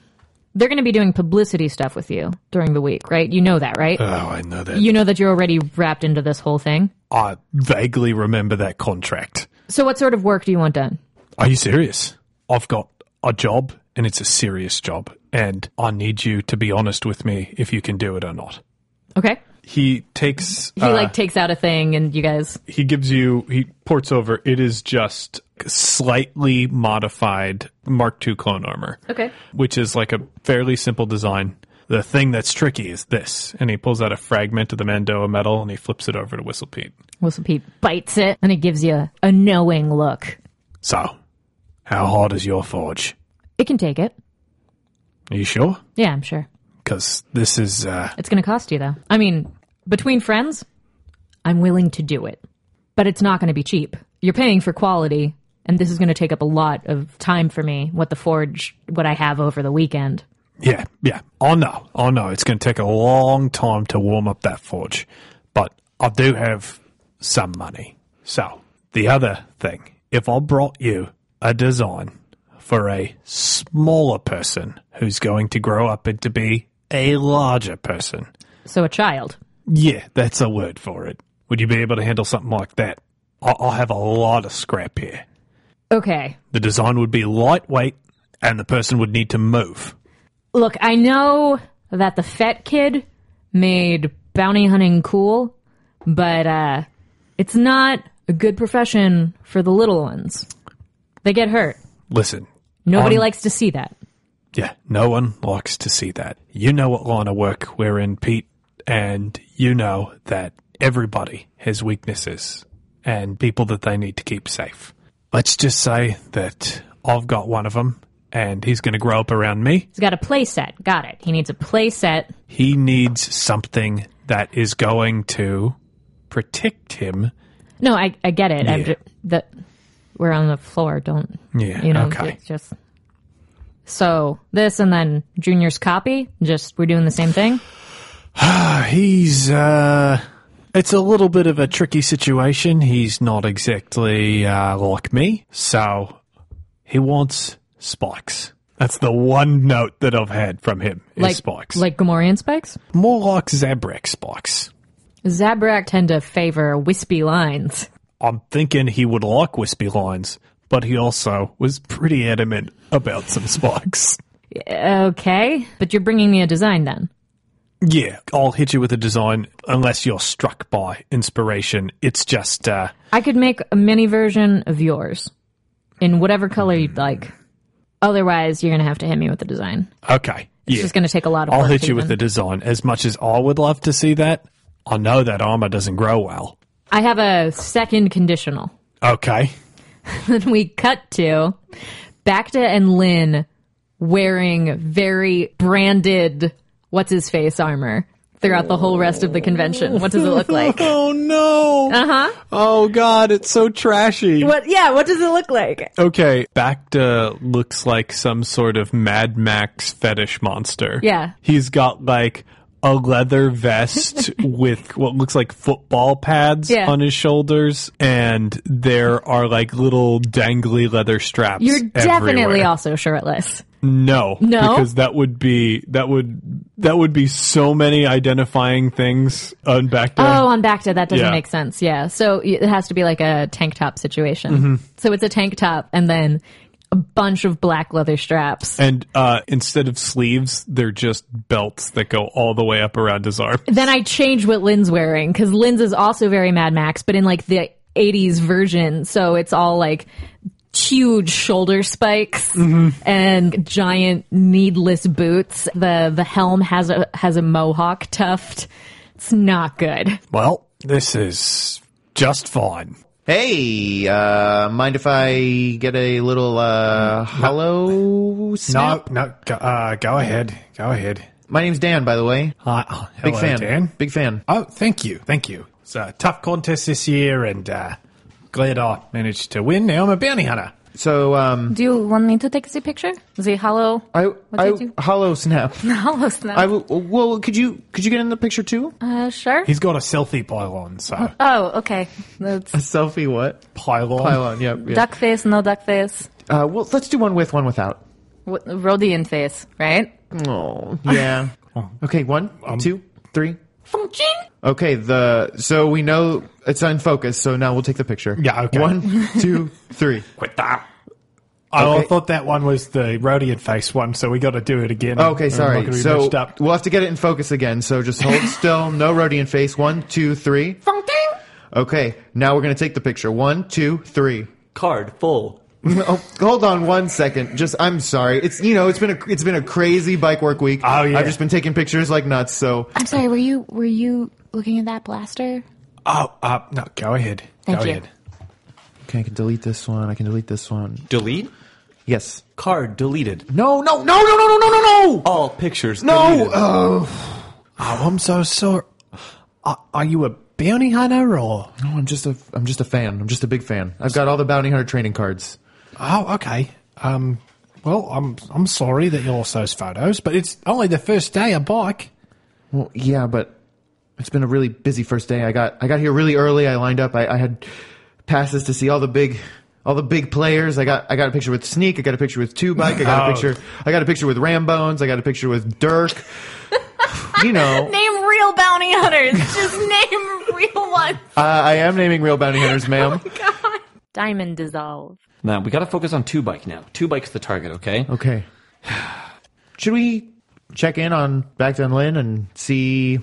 S1: They're going to be doing publicity stuff with you during the week, right? You know that, right?
S6: Oh, I know that.
S1: you know that you're already wrapped into this whole thing.
S6: I vaguely remember that contract.
S1: So what sort of work do you want done?
S6: Are you serious? I've got a job, and it's a serious job. And I need you to be honest with me if you can do it or not.
S1: Okay.
S6: He takes.
S1: He like takes out a thing and you guys
S6: he gives you he ports over it is just slightly modified mark ii clone armor
S1: Okay.
S6: which is like a fairly simple design the thing that's tricky is this and he pulls out a fragment of the mandoa metal and he flips it over to whistle pete
S1: Whistle Pete bites it and it gives you a knowing look.
S6: so how hard is your forge
S1: It can take it.
S6: are you sure
S1: Yeah, I'm sure.
S6: because this is uh
S1: It's going to cost you, though. I mean, between friends, I'm willing to do it, but it's not going to be cheap. You're paying for quality, and this is going to take up a lot of time for me. What the forge, what I have over the weekend.
S6: yeah yeah oh no oh no it's going to take a long time to warm up that forge but i do have some money So, the other thing, if I brought you a design for a smaller person who's going to grow up and to be a larger person.
S1: So a child.
S6: Yeah, that's a word for it. Would you be able to handle something like that? I- I'll have a lot of scrap here.
S1: Okay.
S6: The design would be lightweight, and the person would need to move.
S1: Look, I know that the Fett kid made bounty hunting cool, but uh, it's not a good profession for the little ones. They get hurt.
S6: Listen,
S1: Nobody
S6: Um,
S1: likes to see that.
S6: yeah, no one likes to see that. You know what line of work we're in, Pete, and you know that everybody has weaknesses and people that they need to keep safe. Let's just say that I've got one of them, and he's going to grow up around me.
S1: He's got a play set. Got it. He needs a play set.
S6: He needs something that is going to protect him.
S1: No, I, I get it. I'm
S6: Yeah.
S1: ju- the, we're on the floor. Don't
S6: Yeah,
S1: you know?
S6: okay.
S1: It's just so this and then Junior's copy. Just we're doing the same thing.
S6: He's uh it's a little bit of a tricky situation. He's not exactly uh, like me, so he wants spikes. That's the one note that I've had from him is
S1: Like
S6: spikes.
S1: like Gamorrean spikes.
S6: More like Zabrak spikes.
S1: Zabrak tend to favor wispy lines.
S6: I'm thinking he would like wispy lines, but he also was pretty adamant about some spikes.
S1: Okay, but you're bringing me a design then.
S6: Yeah, I'll hit you with a design unless you're struck by inspiration. It's just uh
S1: I could make a mini version of yours in whatever color
S6: Hmm.
S1: you'd like. Otherwise, you're gonna have to hit me with a design.
S6: okay.
S1: It's
S6: yeah.
S1: just gonna take a lot of.
S6: I'll
S1: work
S6: hit you
S1: even.
S6: with the design. As much as I would love to see that, I know that armor doesn't grow well.
S1: I have a second conditional.
S6: Okay.
S1: then we cut to Bacta and Lynn wearing very branded what's his face armor throughout the whole rest of the convention. What does it look like?
S4: Oh no! Uh huh. Oh god, it's so trashy.
S1: Uh-huh. What yeah, what does it look like?
S4: Okay, Bacta looks like some sort of Mad Max fetish monster.
S1: Yeah.
S4: He's got like a leather vest with what looks like football pads
S1: Yeah.
S4: on his shoulders, and there are like little dangly leather straps.
S1: You're definitely
S4: everywhere.
S1: also shirtless.
S4: No,
S1: No?
S4: because that would be that would that would be so many identifying things on Bacta.
S1: Oh, on Bacta, that doesn't
S4: Yeah.
S1: make sense. Yeah. So y- it has to be like a tank top situation.
S4: Mm-hmm.
S1: So it's a tank top and then a bunch of black leather straps.
S4: And uh, instead of sleeves, they're just belts that go all the way up around his arm.
S1: then I changed what Lynn's wearing because Lynn's is also very Mad Max, but in like the 80s version. So it's all like huge shoulder spikes and giant needless boots. The the helm has a has a mohawk tuft. It's not good.
S8: Oh.
S6: Well, this is just fine.
S8: Hey, uh, mind if I get a little uh, hollow snap?
S6: no, go, uh, go ahead. Go ahead.
S8: My name's Dan, by the way.
S6: Uh,
S8: Big fan. Big fan.
S6: Oh, thank you. Thank you. It's a tough contest this year, and uh, glad I managed to win. Now I'm a bounty hunter.
S8: So, um,
S9: Do you want me to take the picture? The hello,
S8: I, I
S9: did you-
S8: hollow snap.
S9: hello snap.
S8: I w- well, could you could you get in the picture too?
S9: uh, sure.
S6: He's got a selfie pylon, so.
S9: Oh, okay. That's
S8: selfie, what?
S6: pylon.
S8: Pylon, yep. Yeah.
S9: duck face, no duck face,
S8: Uh, well, let's do one with, one without.
S9: What- Rhodian face, right?
S8: Oh, yeah. okay, one,
S6: um,
S8: two, three.
S9: Function.
S8: Okay, the so we know it's in focus, so now we'll take the picture.
S6: Yeah, okay.
S8: One, two, three.
S6: Oh, I
S8: Okay.
S6: thought that one was the Rodian face one, so we got to do it again.
S8: Okay,
S6: I'm not
S8: sorry.
S6: gonna be
S8: So
S6: messed up.
S8: we'll have to get it in focus again. So just hold still, no Rodian face. One, two, three.
S9: Function.
S8: Okay, now we're gonna take the picture. One, two, three.
S7: Card full.
S8: Oh, hold on one second. Just, I'm sorry. It's you know, it's been a it's been a crazy bike work week.
S6: Oh, yeah.
S8: I've just been taking pictures like nuts. So
S9: I'm sorry. Were you were you looking at that blaster?
S6: Oh, uh, no, go ahead.
S9: Thank
S6: go
S9: you.
S6: ahead.
S8: okay, I can delete this one. I can delete this one.
S7: Delete.
S8: Yes.
S7: Card deleted.
S8: No, no, no, no, no, no, no, no, no.
S7: All pictures.
S8: No.
S7: deleted.
S8: Uh,
S6: Oh, I'm so sorry. Are, are you a bounty hunter or?
S8: no, I'm just a I'm just a fan. I'm just a big fan. I've got all the bounty hunter training cards.
S6: Oh, okay. Um, well, I'm I'm sorry that you lost those photos, but it's only the first day of bike.
S8: Well, yeah, but it's been a really busy first day. I got I got here really early. I lined up. I, I had passes to see all the big all the big players. I got I got a picture with Sneak. I got a picture with Two Bike. I got a
S6: Oh.
S8: picture. I got a picture with Rambones. I got a picture with Dirk. you know,
S1: Name real bounty hunters. Just name real ones.
S8: uh, I am naming real bounty hunters, ma'am.
S1: Diamond dissolve.
S7: Now we got to focus on two bike now. Two bike's the target, okay?
S8: Okay. Should we check in on Backdown Lynn and see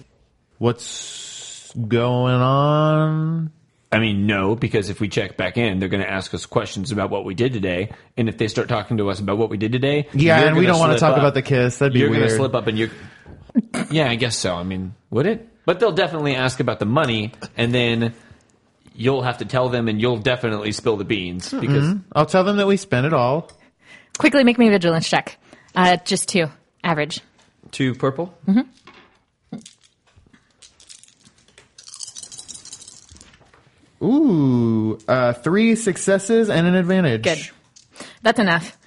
S8: what's going on?
S7: I mean, no, because if we check back in, they're going to ask us questions about what we did today, and if they start talking to us about what we did today,
S8: Yeah,
S7: you're
S8: and we
S7: gonna
S8: don't want to
S7: slip
S8: talk
S7: up.
S8: about the kiss. That'd be
S7: you're
S8: weird.
S7: gonna slip up, and you're. Yeah, I guess so. I mean, would it? But they'll definitely ask about the money, and then you'll have to tell them, and you'll definitely spill the beans because
S8: I'll tell them that we spent it all.
S1: Quickly make me a vigilance check. Uh, just two. Average.
S7: two purple.
S8: Ooh, uh, three successes and an advantage.
S1: Good. That's enough.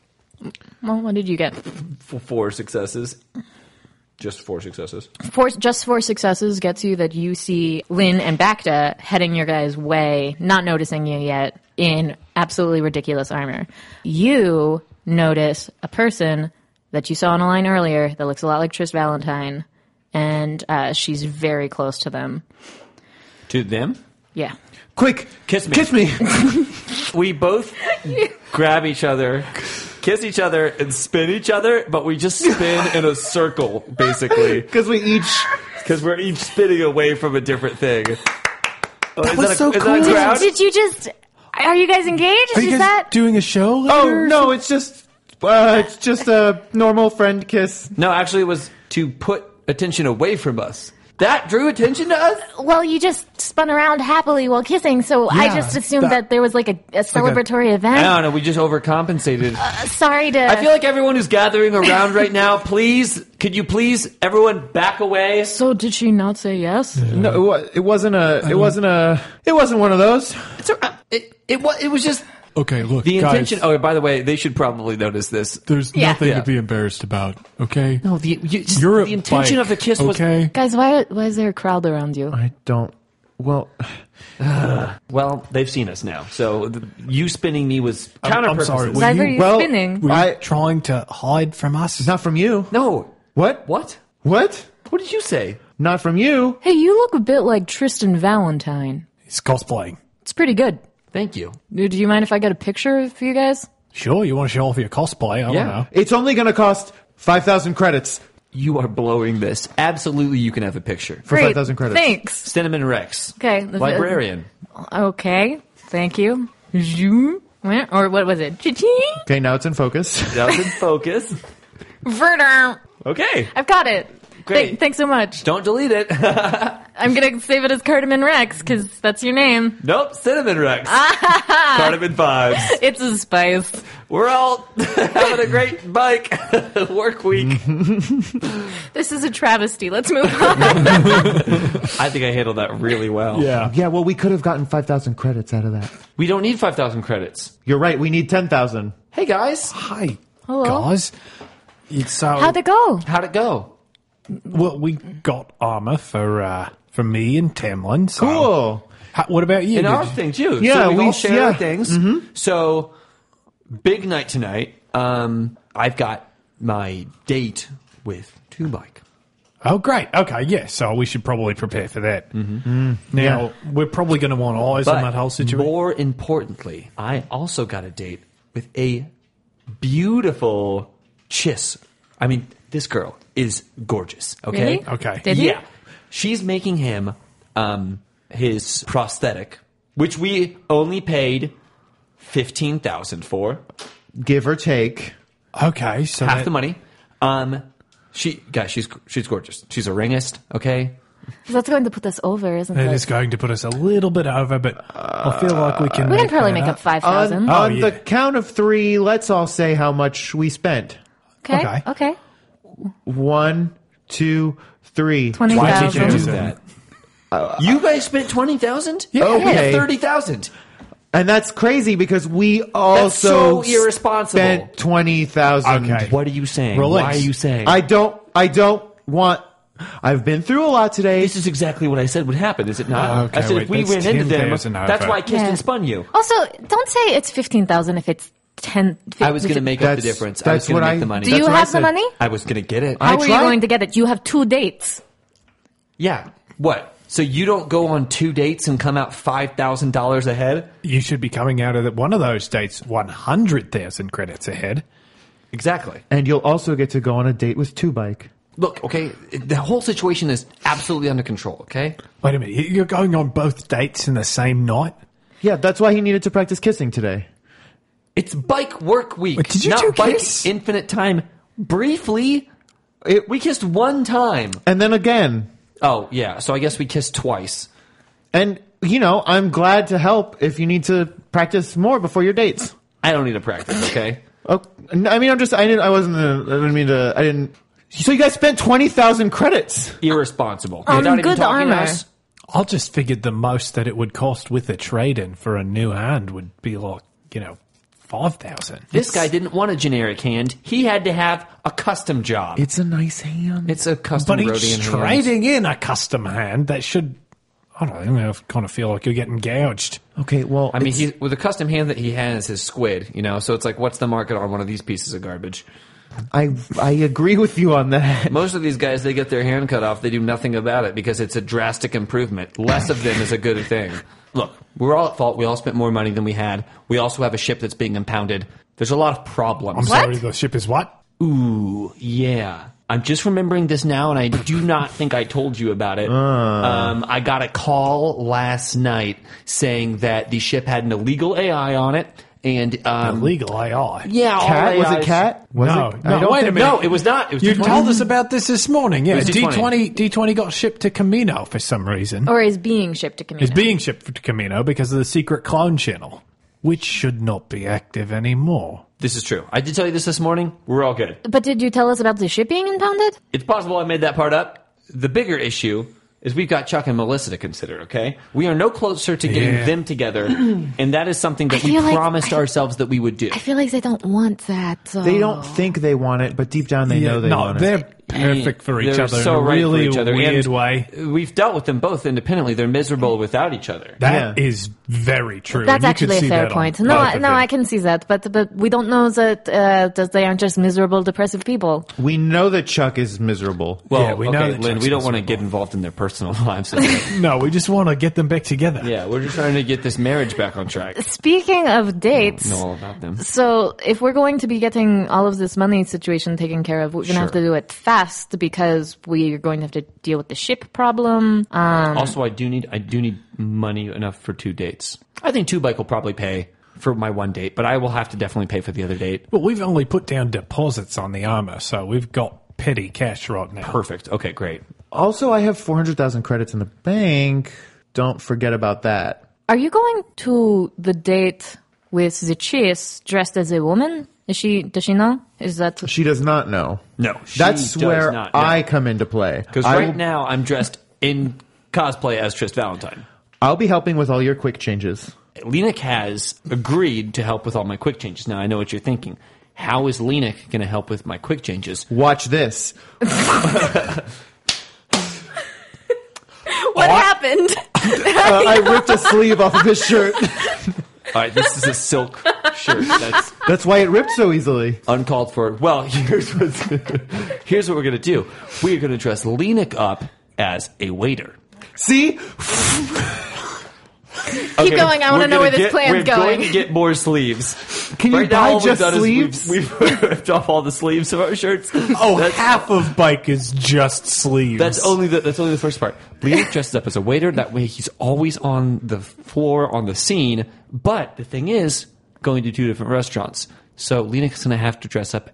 S1: Well, what did you get?
S7: F- four successes. Just four successes.
S9: Four, just four successes gets you that you see Lynn and Bacta heading your guys' way, not noticing you yet, in absolutely ridiculous armor.
S1: You notice a person that you saw on a line earlier that looks a lot like Tris Valentine, and uh, she's very close to them.
S7: To them,
S1: Yeah.
S8: Quick,
S7: kiss me.
S8: kiss me.
S7: we both grab each other, kiss each other, and spin each other, but we just spin in a circle, basically,
S8: Because we each.
S7: because we're each spinning away from a different thing. Oh, is
S4: was
S7: that a,
S4: so
S7: is that a
S4: cool. Did-
S7: crowd?
S2: Did, did you just? Are you guys engaged?
S4: Are
S2: Is
S4: you guys
S2: that?
S4: doing a show?
S8: Oh no, it's just. Uh, it's just a normal friend kiss.
S7: No, actually, it was to put attention away from us. That drew attention to us.
S2: well, you just spun around happily while kissing, so I
S4: Yeah,
S2: just assumed that,
S4: that-
S2: there was like a, a celebratory
S7: I
S2: event.
S7: don't know. We just overcompensated.
S2: uh, Sorry to.
S7: I feel like everyone who's gathering around right now, please, could you please, everyone, back away?
S9: So did she not say yes?
S8: No, it, wa- it wasn't a. It wasn't a. Um, It wasn't one of those.
S7: It's all right. it, it, wa- it was just
S6: Okay, look,
S7: the
S6: guys,
S7: intention. Oh, by the way, they should probably notice this.
S6: there's nothing
S7: Yeah.
S6: to be embarrassed about. Okay,
S7: No, the, you, just,
S6: you're a
S7: the intention
S6: bike,
S7: of the kiss was
S6: okay.
S9: Guys, why, why is there a crowd around you?
S8: I don't. Well,
S7: Well, they've seen us now, so the, you spinning me was counter
S6: I'm sorry,
S7: purposes.
S6: were
S9: Why were
S6: you-
S9: you
S8: well,
S9: spinning?
S6: Were you
S8: I-
S6: trying to hide from us?
S8: not from you.
S7: No,
S8: What?
S7: what?
S8: What?
S7: What did you say?
S8: Not from you.
S9: Hey, you look a bit like Tristan Valentine.
S6: It's cosplaying.
S9: It's pretty good.
S7: Thank you.
S9: Do do you mind if I get a picture of you guys?
S6: Sure, you want to show off your cosplay? I
S7: Yeah.
S6: don't know.
S8: It's only going to cost five thousand credits.
S7: You are blowing this. Absolutely, you can have a picture.
S8: For 5,000 credits.
S9: Thanks.
S7: Cinnamon Rex,
S9: Okay.
S7: librarian.
S9: Okay. Thank you. Zoom. Went- Or what was it? Cha-ching.
S8: Okay, now it's in focus.
S7: That was in focus.
S9: Verder.
S7: Okay,
S9: I've got it.
S7: Great.
S9: Th- thanks so much.
S7: don't delete it.
S9: I'm gonna save it as Cardamon Rex because that's your name.
S7: nope, Cinnamon Rex. Cardamom vibes.
S9: It's a spice.
S7: We're all having a great bike work week.
S9: This is a travesty. Let's move on.
S7: I think I handled that really well.
S6: Yeah.
S8: yeah, well, we could have gotten five thousand credits out of that.
S7: We don't need five thousand credits.
S8: You're right. We need ten thousand.
S7: Hey guys,
S6: Hi, guys. It's uh,
S9: How'd it go?
S7: how'd it go?
S6: well, we got armor for uh, for me and Tamlin. So.
S8: Cool.
S6: Ha- what about you?
S7: in
S6: Did
S7: our
S6: you-
S7: thing too.
S8: Yeah,
S7: so we,
S8: we-
S7: all share
S8: yeah. Mm-hmm.
S7: our things. So big night tonight. Um, I've got my date with Two Bike.
S6: Oh, great. Okay, yeah. So we should probably prepare for that. Mm. Now we're probably going to want eyes on that whole situation.
S7: Mm-hmm. more importantly, I also got a date with a beautiful chiss. I mean, this girl is gorgeous. Okay,
S9: Really?
S6: Okay.
S9: Did he?
S7: yeah, she's making him um, his prosthetic, which we only paid fifteen thousand for.
S8: Give or take.
S6: Okay, so
S7: half
S6: that-
S7: the money. Um, she guys, she's she's gorgeous. She's a ringist. Okay,
S9: That's going to put us over, isn't
S6: that is going to put us a little bit over, but I feel like we can.
S9: We can probably make up
S6: five.
S9: five
S8: On,
S9: thousand.
S8: on
S6: Mm-hmm. Oh, yeah.
S8: the count of three, let's all say how much we spent.
S9: okay.
S6: okay.
S9: Okay.
S8: One, two, three.
S9: Twenty
S6: Why did
S7: do
S6: you
S9: thousand.
S6: do
S7: that. Uh, you guys spent twenty thousand. Oh,
S8: Okay.
S7: thirty thousand.
S8: And that's crazy because we
S7: so
S8: also
S7: irresponsible.
S8: spent twenty thousand.
S6: Okay.
S7: What are you saying?
S6: Release.
S7: Why are you saying?
S8: I don't. I don't want I've been through a lot today.
S7: This is exactly what I said would happen, is it not?
S6: Ah, Okay,
S7: I said
S6: wait,
S7: if we
S6: that's
S7: ran into them,
S6: 10,000 out of
S7: that's
S6: five.
S7: why I kissed
S9: Yeah. Oh.
S7: and spun you.
S9: Also, don't say it's 15,000 if it's 10
S7: I was going to
S9: if it-
S7: make up the
S8: That's-
S7: difference. I was
S8: that's
S7: going
S8: what
S7: to make
S8: I-
S7: the money.
S9: Do you
S8: what I
S9: have the
S8: said.
S9: money?
S7: I was going to get it.
S9: How are you
S8: tried.
S9: going to get it? You have two dates.
S7: yeah. What? So you don't go on two dates and come out $5,000 ahead?
S6: You should be coming out of the, one of those dates 100,000 credits ahead.
S7: Exactly.
S8: And you'll also get to go on a date with Two Bike.
S7: Look, okay, the whole situation is absolutely under control, okay?
S6: Wait a minute. You're going on both dates in the same night?
S8: Yeah, that's why he needed to practice kissing today.
S7: It's bike work week.
S6: Wait, did you
S7: not
S6: two
S7: bike
S6: kiss?
S7: infinite time briefly. It, we kissed one time.
S8: And then again.
S7: Oh, yeah, so I guess we kissed twice.
S8: And, you know, I'm glad to help if you need to practice more before your dates.
S7: I don't need to practice, okay?
S8: Oh, n- I mean, I'm just, I didn't, I wasn't, uh, I didn't mean to, I didn't. So you guys spent 20,000 credits.
S7: Irresponsible.
S9: On
S7: Without even
S9: good
S7: talking to
S9: armor.
S7: us.
S6: I just figured the most that it would cost with a trade in for a new hand would be like, you know, 5,000.
S7: This guy didn't want a generic hand. He had to have a custom job.
S8: It's a nice hand.
S7: It's a custom
S6: But
S7: Rodian
S6: he's
S7: hand.
S6: trading in a custom hand that should. I don't know. I kind of feel like you're getting gouged.
S8: Okay, well,
S7: I mean, he, with the custom hand that he has is squid, you know. So it's like, what's the market on one of these pieces of garbage?
S8: I, I agree with you on that.
S7: Most of these guys, they get their hand cut off. They do nothing about it because it's a drastic improvement. Less of them is a good thing. Look, we're all at fault. We all spent more money than we had. We also have a ship that's being impounded. There's a lot of problems.
S6: Sorry, the ship is what?
S7: Ooh, yeah. I'm just remembering this now, and I do not think I told you about it. Um, I got a call last night saying that the ship had an illegal AI on it, and um,
S6: Illegal AI.
S7: yeah, all
S8: Cat? Was
S7: AIs
S8: it cat? Was
S6: No,
S8: it? uh,
S6: no, wait a minute.
S7: No, it was not. It was
S6: You
S7: D20.
S6: told us about this this morning. Yeah,
S7: was
S6: D20.
S7: D20.
S6: D20, got shipped to Camino for some reason.
S8: Oh.
S9: Or is being shipped to Camino.
S6: It's being shipped to Camino because of the secret clone channel, which should not be active anymore.
S7: This is true. I did tell you this this morning. We're all good.
S9: but did you tell us about the ship being impounded?
S7: It's possible I made that part up. The bigger issue is we've got Chuck and Melissa to consider, okay? We are no closer to getting
S6: Yeah.
S7: them together, and that is something that
S9: I
S7: we
S9: feel like-
S7: promised
S9: I-
S7: ourselves that we would do.
S9: I feel like they don't want that. uh, So.
S8: They don't think they want it, but deep down they know they
S6: no,
S8: want it.
S6: they're perfect for each
S7: They're
S6: other
S7: so
S6: in a
S7: right for
S6: really
S7: each other,
S6: weird
S7: and
S6: way.
S7: We've dealt with them both independently. They're miserable without each other.
S6: That is
S8: Yeah.
S6: very true. and
S9: That's
S6: you could
S9: actually a
S6: see
S9: fair
S6: that on
S9: point. No,
S6: both
S9: I,
S6: of
S9: no,
S6: them.
S9: I can see that, but but we don't know that uh, that they aren't just miserable, depressive people.
S8: We know that Chuck is miserable.
S7: Well,
S6: Yeah, we
S7: okay,
S6: know that
S7: Lynn,
S6: Chuck's
S7: we don't want to
S6: miserable.
S7: get involved in their personal lives.
S6: No, we just want to get them back together.
S7: yeah, we're just trying to get this marriage back on track.
S9: Speaking of dates,
S7: Know all about them.
S9: so if we're going to be getting all of this money situation taken care of, we're going to have to
S7: Sure.
S9: do it fast because we are going to have to deal with the ship problem. Uh,
S6: Um,
S7: also, I do need I do need money enough for two dates. I think two bike will probably pay for my one date, but I will have to definitely pay for the other date.
S6: But we've only put down deposits on the armor, so we've got petty cash right now.
S7: Perfect. Okay, great.
S8: Also, I have 400,000 credits in the bank. Don't forget about that.
S9: Are you going to the date with the cheese dressed as a woman? Is she? Does she know? Is that?
S8: She does not know.
S7: No, she
S8: That's
S7: does
S8: where
S7: not know.
S8: I come into play.
S7: Because
S8: I
S7: right
S8: will-
S7: now I'm dressed in cosplay as Trist Valentine.
S8: I'll be helping with all your quick changes.
S7: Lenik has agreed to help with all my quick changes. Now I know what you're thinking. How is Lenik going to help with my quick changes?
S8: Watch this.
S9: What happened?
S8: Uh, I ripped a sleeve off of his shirt.
S7: All right, this is a silk shirt. That's
S8: That's why it ripped so easily.
S7: uncalled for. Well, here's what's, here's what we're going to do. We're going to dress Lenik up as a waiter.
S8: See?
S9: Keep going. I want to know where this plan's
S7: we're
S9: going.
S7: to get more sleeves.
S8: Can you
S7: right now,
S8: buy
S7: all
S8: just
S7: we've done
S8: sleeves?
S7: Is we've, we've ripped off all the sleeves of our shirts.
S6: Oh,
S7: that's,
S6: half of bike is just sleeves.
S7: That's only the that's only the first part. Leonic dresses up as a waiter. That way, he's always on the floor on the scene. But the thing is, going to two different restaurants, so Leonic's going to have to dress up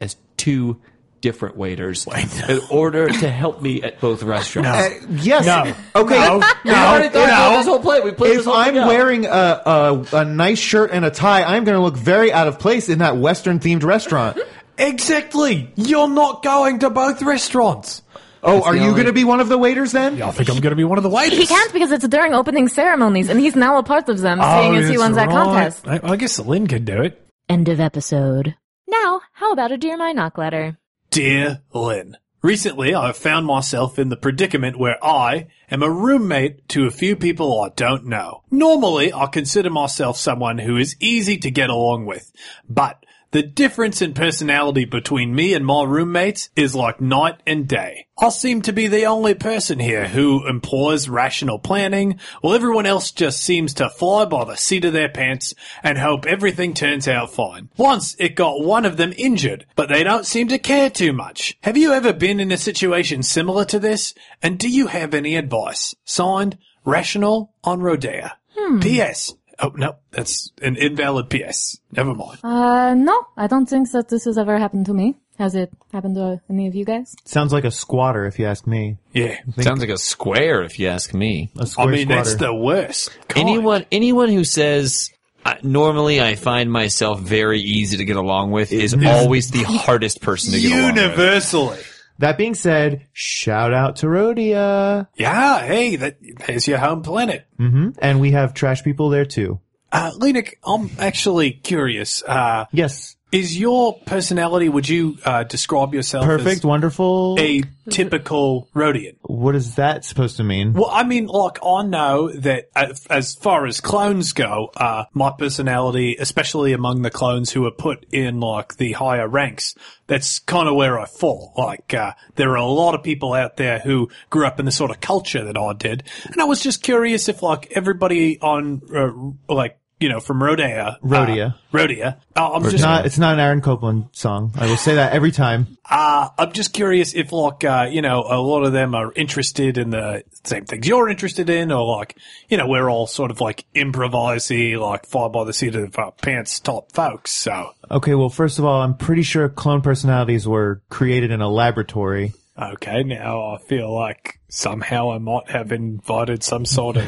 S7: as two different waiters in order to help me at both restaurants.
S8: Yes.
S6: No.
S8: Okay.
S6: No.
S7: We already thought about
S6: No.
S7: this whole play. We played this
S8: If
S7: whole
S8: I'm
S7: thing out.
S8: wearing a, a, a nice shirt and a tie, I'm going to look very out of place in that Western themed restaurant.
S6: Exactly. You're not going to both restaurants.
S8: Oh, are you
S7: only-
S8: going to be one of the waiters then?
S6: I think I'm going to be one of the waiters.
S9: He can't because it's during opening ceremonies, and he's now a part of
S6: Oh,
S9: them, seeing as he won that contest.
S6: I, I guess Lynn can do it.
S1: End of episode.
S9: Now, how about a Dear My Knock letter?
S6: Dear Lynn,
S4: Recently, I have found myself in the predicament where I am a roommate to a few people I don't know. Normally, I consider myself someone who is easy to get along with, but the difference in personality between me and my roommates is like night and day. I seem to be the only person here who employs rational planning, while everyone else just seems to fly by the seat of their pants and hope everything turns out fine. Once it got one of them injured, but they don't seem to care too much. Have you ever been in a situation similar to this? And do you have any advice? Signed, Rational on Rodea. P.S. Oh, no, that's an invalid P.S. Never mind.
S10: Uh, no, I don't think that this has ever happened to me. Has it happened to any of you guys?
S8: Sounds like a squatter, if you ask me.
S4: yeah.
S7: Sounds like a square, if you ask me.
S8: A
S4: I
S8: square
S4: mean,
S8: squatter.
S4: that's the worst. kind.
S7: Anyone, anyone who says. "Uh, Normally, I find myself very easy to get along with. Is always the hardest person to get along with.
S4: Universally.
S8: That being said, shout out to Rhodia.
S4: Yeah, hey, that, there's your home planet.
S8: And we have trash people there too.
S4: Uh, Lenik, I'm actually curious. Uh,
S8: Yes.
S4: is your personality, would you uh, describe yourself
S8: Perfect,
S4: as
S8: wonderful.
S4: a typical Rhodian?
S8: What is that supposed to mean?
S4: Well, I mean, like, I know that uh, as far as clones go, uh, my personality, especially among the clones who are put in, like, the higher ranks, that's kind of where I fall. Like, uh, there are a lot of people out there who grew up in the sort of culture that I did. And I was just curious if, like, everybody on, uh, like, you know, from Rodea.
S8: Rhodia.
S4: Uh, Rodea. Uh, I'm
S8: It's
S4: just
S8: not. It's not an Aaron Copland song. I will say that every time.
S4: uh, I'm just curious if, like, uh, you know, a lot of them are interested in the same things you're interested in, or like, you know, we're all sort of like improvisey, like fly by the seat of our pants type folks. So,
S8: Okay. Well, first of all, I'm pretty sure clone personalities were created in a laboratory.
S4: okay, now I feel like somehow I might have invited some sort of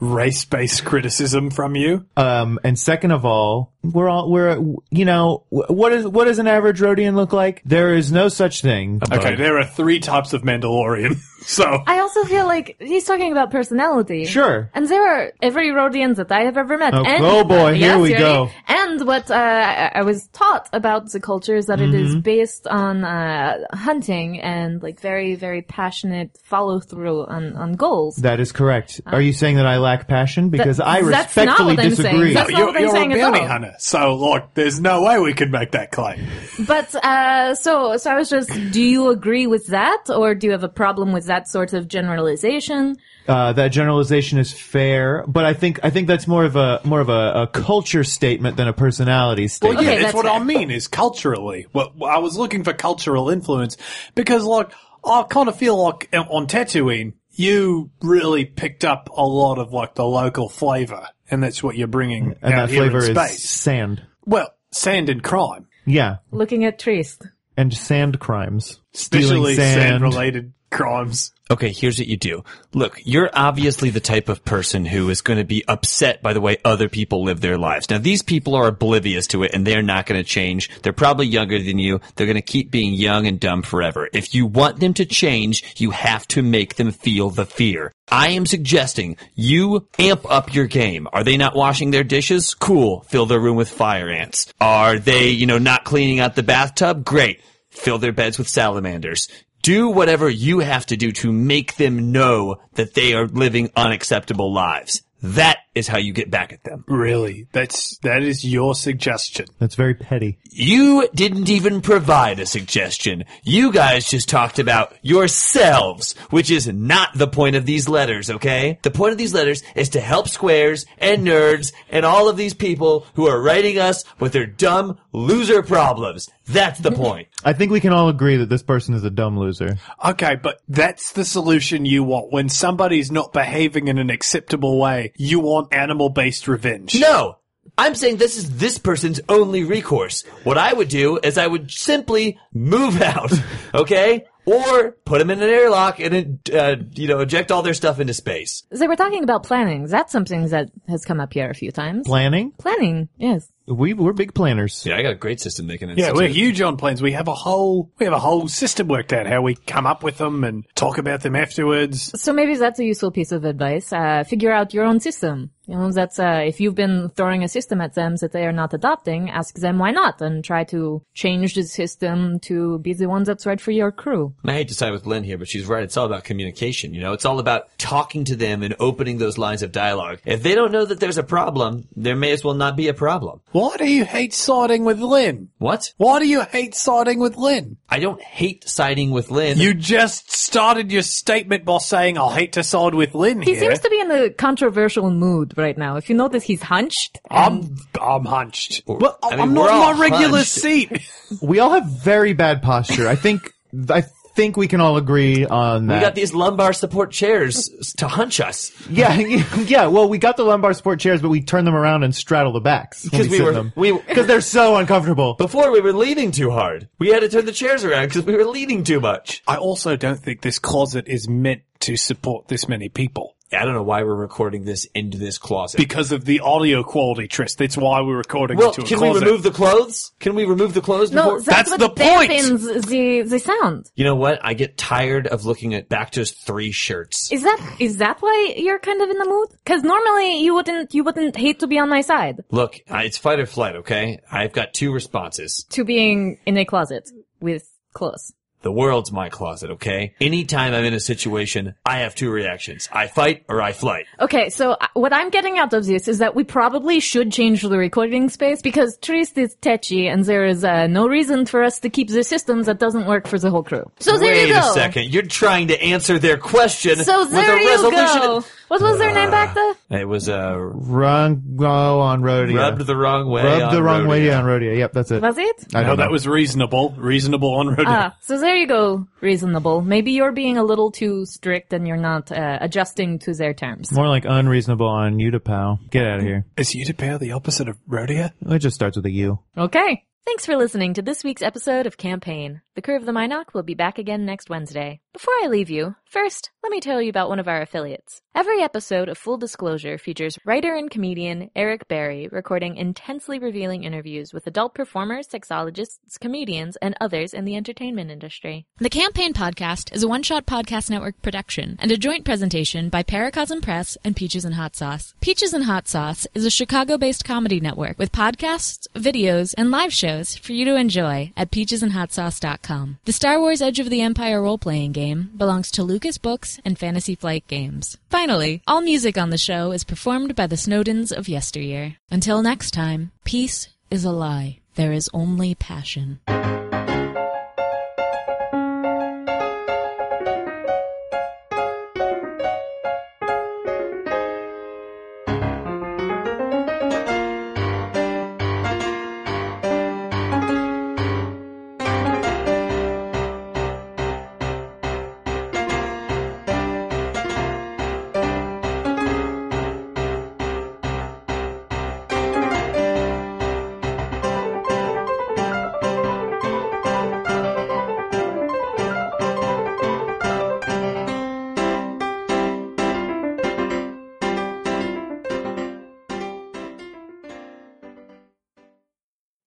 S4: race-based criticism from you.
S8: Um, and second of all, we're all we're you know wh- what is what does an average Rhodian look like? There is no such thing.
S4: Okay, there are three types of Mandalorian. So,
S9: I also feel like he's talking about personality.
S8: Sure.
S9: And there are every Rhodian that I have ever met.
S8: Oh,
S9: and, uh,
S8: oh boy, here
S9: yes,
S8: we
S9: Yuri.
S8: go.
S9: And what uh, I, I was taught about the culture is that it is
S8: Mm-hmm.
S9: based on uh, hunting and like very, very passionate follow through on, on goals.
S8: That is correct. Are you saying that I lack passion? Because I
S9: that's not
S8: respectfully
S9: what I'm saying.
S8: disagree.
S9: That's- not
S4: you're,
S9: what I'm
S4: you're
S9: saying
S4: a
S9: at
S4: bounty
S9: all.
S4: hunter. So, like, there's no way we could make that claim.
S9: But uh, so, so I was just, do you agree with that, or do you have a problem with that sort of generalization?
S8: Uh, that generalization is fair, but I think I think that's more of a more of a, a culture statement than a personality
S4: Well,
S8: statement.
S9: Okay,
S4: yeah, that's,
S9: that's
S4: what I
S9: fair.
S4: mean is culturally. Well, I was looking for cultural influence because, like, I kind of feel like uh, on Tatooine, you really picked up a lot of like the local flavor, and that's what you're bringing
S8: and
S4: out
S8: that
S4: here
S8: flavor
S4: in
S8: is
S4: space.
S8: sand.
S4: Well, sand and crime,
S8: Yeah,
S9: Looking at trees.
S8: and sand crimes,
S4: especially
S8: stealing sand.
S4: sand-related crimes.
S7: Okay, here's what you do. Look, you're obviously the type of person who is going to be upset by the way other people live their lives. Now, these people are oblivious to it and they're not going to change. They're probably younger than you. They're going to keep being young and dumb forever. If you want them to change, you have to make them feel the fear. I am suggesting you amp up your game. Are they not washing their dishes? Cool. Fill their room with fire ants. Are they, you know, not cleaning out the bathtub? Great fill their beds with salamanders. Do whatever you have to do to make them know that they are living unacceptable lives. That is how you get back at them.
S4: Really, that's that is your suggestion.
S8: That's very petty.
S7: You didn't even provide a suggestion. You guys just talked about yourselves, which is not the point of these letters, okay? The point of these letters is to help squares and nerds and all of these people who are writing us with their dumb loser problems. That's the point.
S8: I think we can all agree that this person is a dumb loser.
S4: Okay, but that's the solution you want when somebody's not behaving in an acceptable way. You want animal-based revenge.
S7: No, I'm saying this is this person's only recourse. What I would do is I would simply move out, okay, or put them in an airlock and uh, you know eject all their stuff into space.
S10: So we're talking about planning. That's something that has come up here a few times.
S8: Planning?
S10: planning, yes.
S8: We we're big planners.
S7: Yeah, I got a great system they can.
S4: Yeah, we're huge on plans. We have a whole we have a whole system worked out how we come up with them and talk about them afterwards.
S10: So maybe that's a useful piece of advice. Uh, figure out your own system
S9: You know, that's, uh, if you've been throwing a system at them that they are not adopting, ask them why not and try to change the system to be the one that's right for your crew.
S7: And I hate to side with Lynn here, but she's right. It's all about communication. You know, it's all about talking to them and opening those lines of dialogue. If they don't know that there's a problem, there may as well not be a problem.
S4: Why do you hate siding with Lynn?
S7: What?
S4: Why do you hate siding with Lynn?
S7: I don't hate siding with Lynn.
S4: You just started your statement by saying I'll hate to side with Lynn
S9: He
S4: here.
S9: seems to be in a controversial mood right now. If you notice, he's hunched.
S4: I'm I'm hunched. Well,
S7: I mean,
S4: I'm
S7: we're
S4: not
S7: all
S4: in my regular
S7: hunched.
S4: seat.
S8: We all have very bad posture. I think I think we can all agree on that.
S7: we got these lumbar support chairs to hunch us
S8: yeah, yeah. Well, we got the lumbar support chairs, but we turned them around and straddle the backs when
S7: because we
S8: sit
S7: were
S8: in them.
S7: we
S8: because they're so uncomfortable.
S7: before we were leaning too hard. We had to turn the chairs around because we were leaning too much.
S4: I also don't think this closet is meant to support this many people
S7: I don't know why we're recording this into this closet.
S4: because of the audio quality, Trish. That's why we're recording
S7: well,
S4: it to a
S7: can we
S4: closet.
S7: remove the clothes? Can we remove the clothes?
S9: No,
S7: before?
S9: that's,
S4: That's
S9: what
S4: the point!
S9: dampens the, the sound.
S7: You know what? I get tired of looking at Bacta's three shirts.
S9: Is that, is that why you're kind of in the mood? Cause normally you wouldn't, you wouldn't hate to be on my side
S7: Look, I- it's fight or flight, okay? I've got two responses.
S9: to being in a closet with clothes.
S7: The world's my closet, okay? Anytime I'm in a situation, I have two reactions. I fight or I flight.
S9: Okay, so uh, what I'm getting out of this is that we probably should change the recording space because Trist is tetchy and there is uh, no reason for us to keep the system that doesn't work for the whole crew. So there
S7: Wait
S9: you go.
S7: a second. You're trying to answer their question
S9: So
S7: with
S9: there
S7: a
S9: you
S7: resolution.
S9: go. What was their name back there?
S7: It was uh,
S8: Run, go on rodeo.
S7: rubbed the wrong way.
S8: Rubbed
S7: on
S8: the wrong way
S7: rodeo.
S8: on rodeo. Yep, that's it.
S9: Was it?
S8: I
S4: No,
S8: don't know.
S4: that was reasonable. Reasonable on road.
S9: Ah, so there you go. Reasonable. Maybe you're being a little too strict and you're not uh, adjusting to their terms.
S8: more like unreasonable on Utapau. Get out of here.
S4: Is Utapau the opposite of Rodeo?
S8: It just starts with a U.
S9: Okay. Thanks for listening to this week's episode of Campaign. The crew of the Minoc will be back again next Wednesday. Before I leave you, first, let me tell you about one of our affiliates. Every episode of Full Disclosure features writer and comedian Eric Berry recording intensely revealing interviews with adult performers, sexologists, comedians, and others in the entertainment industry. The Campaign Podcast is a one shot podcast network production and a joint presentation by Paracosm Press and Peaches and Hot Sauce. Peaches and Hot Sauce is a Chicago based comedy network with podcasts, videos, and live shows for you to enjoy at peachesandhotsauce.com. The Star Wars Edge of the Empire role playing game belongs to Lucas Books and Fantasy Flight Games. Finally, all music on the show is performed by the Snowdens of yesteryear. Until next time, peace is a lie. There is only passion.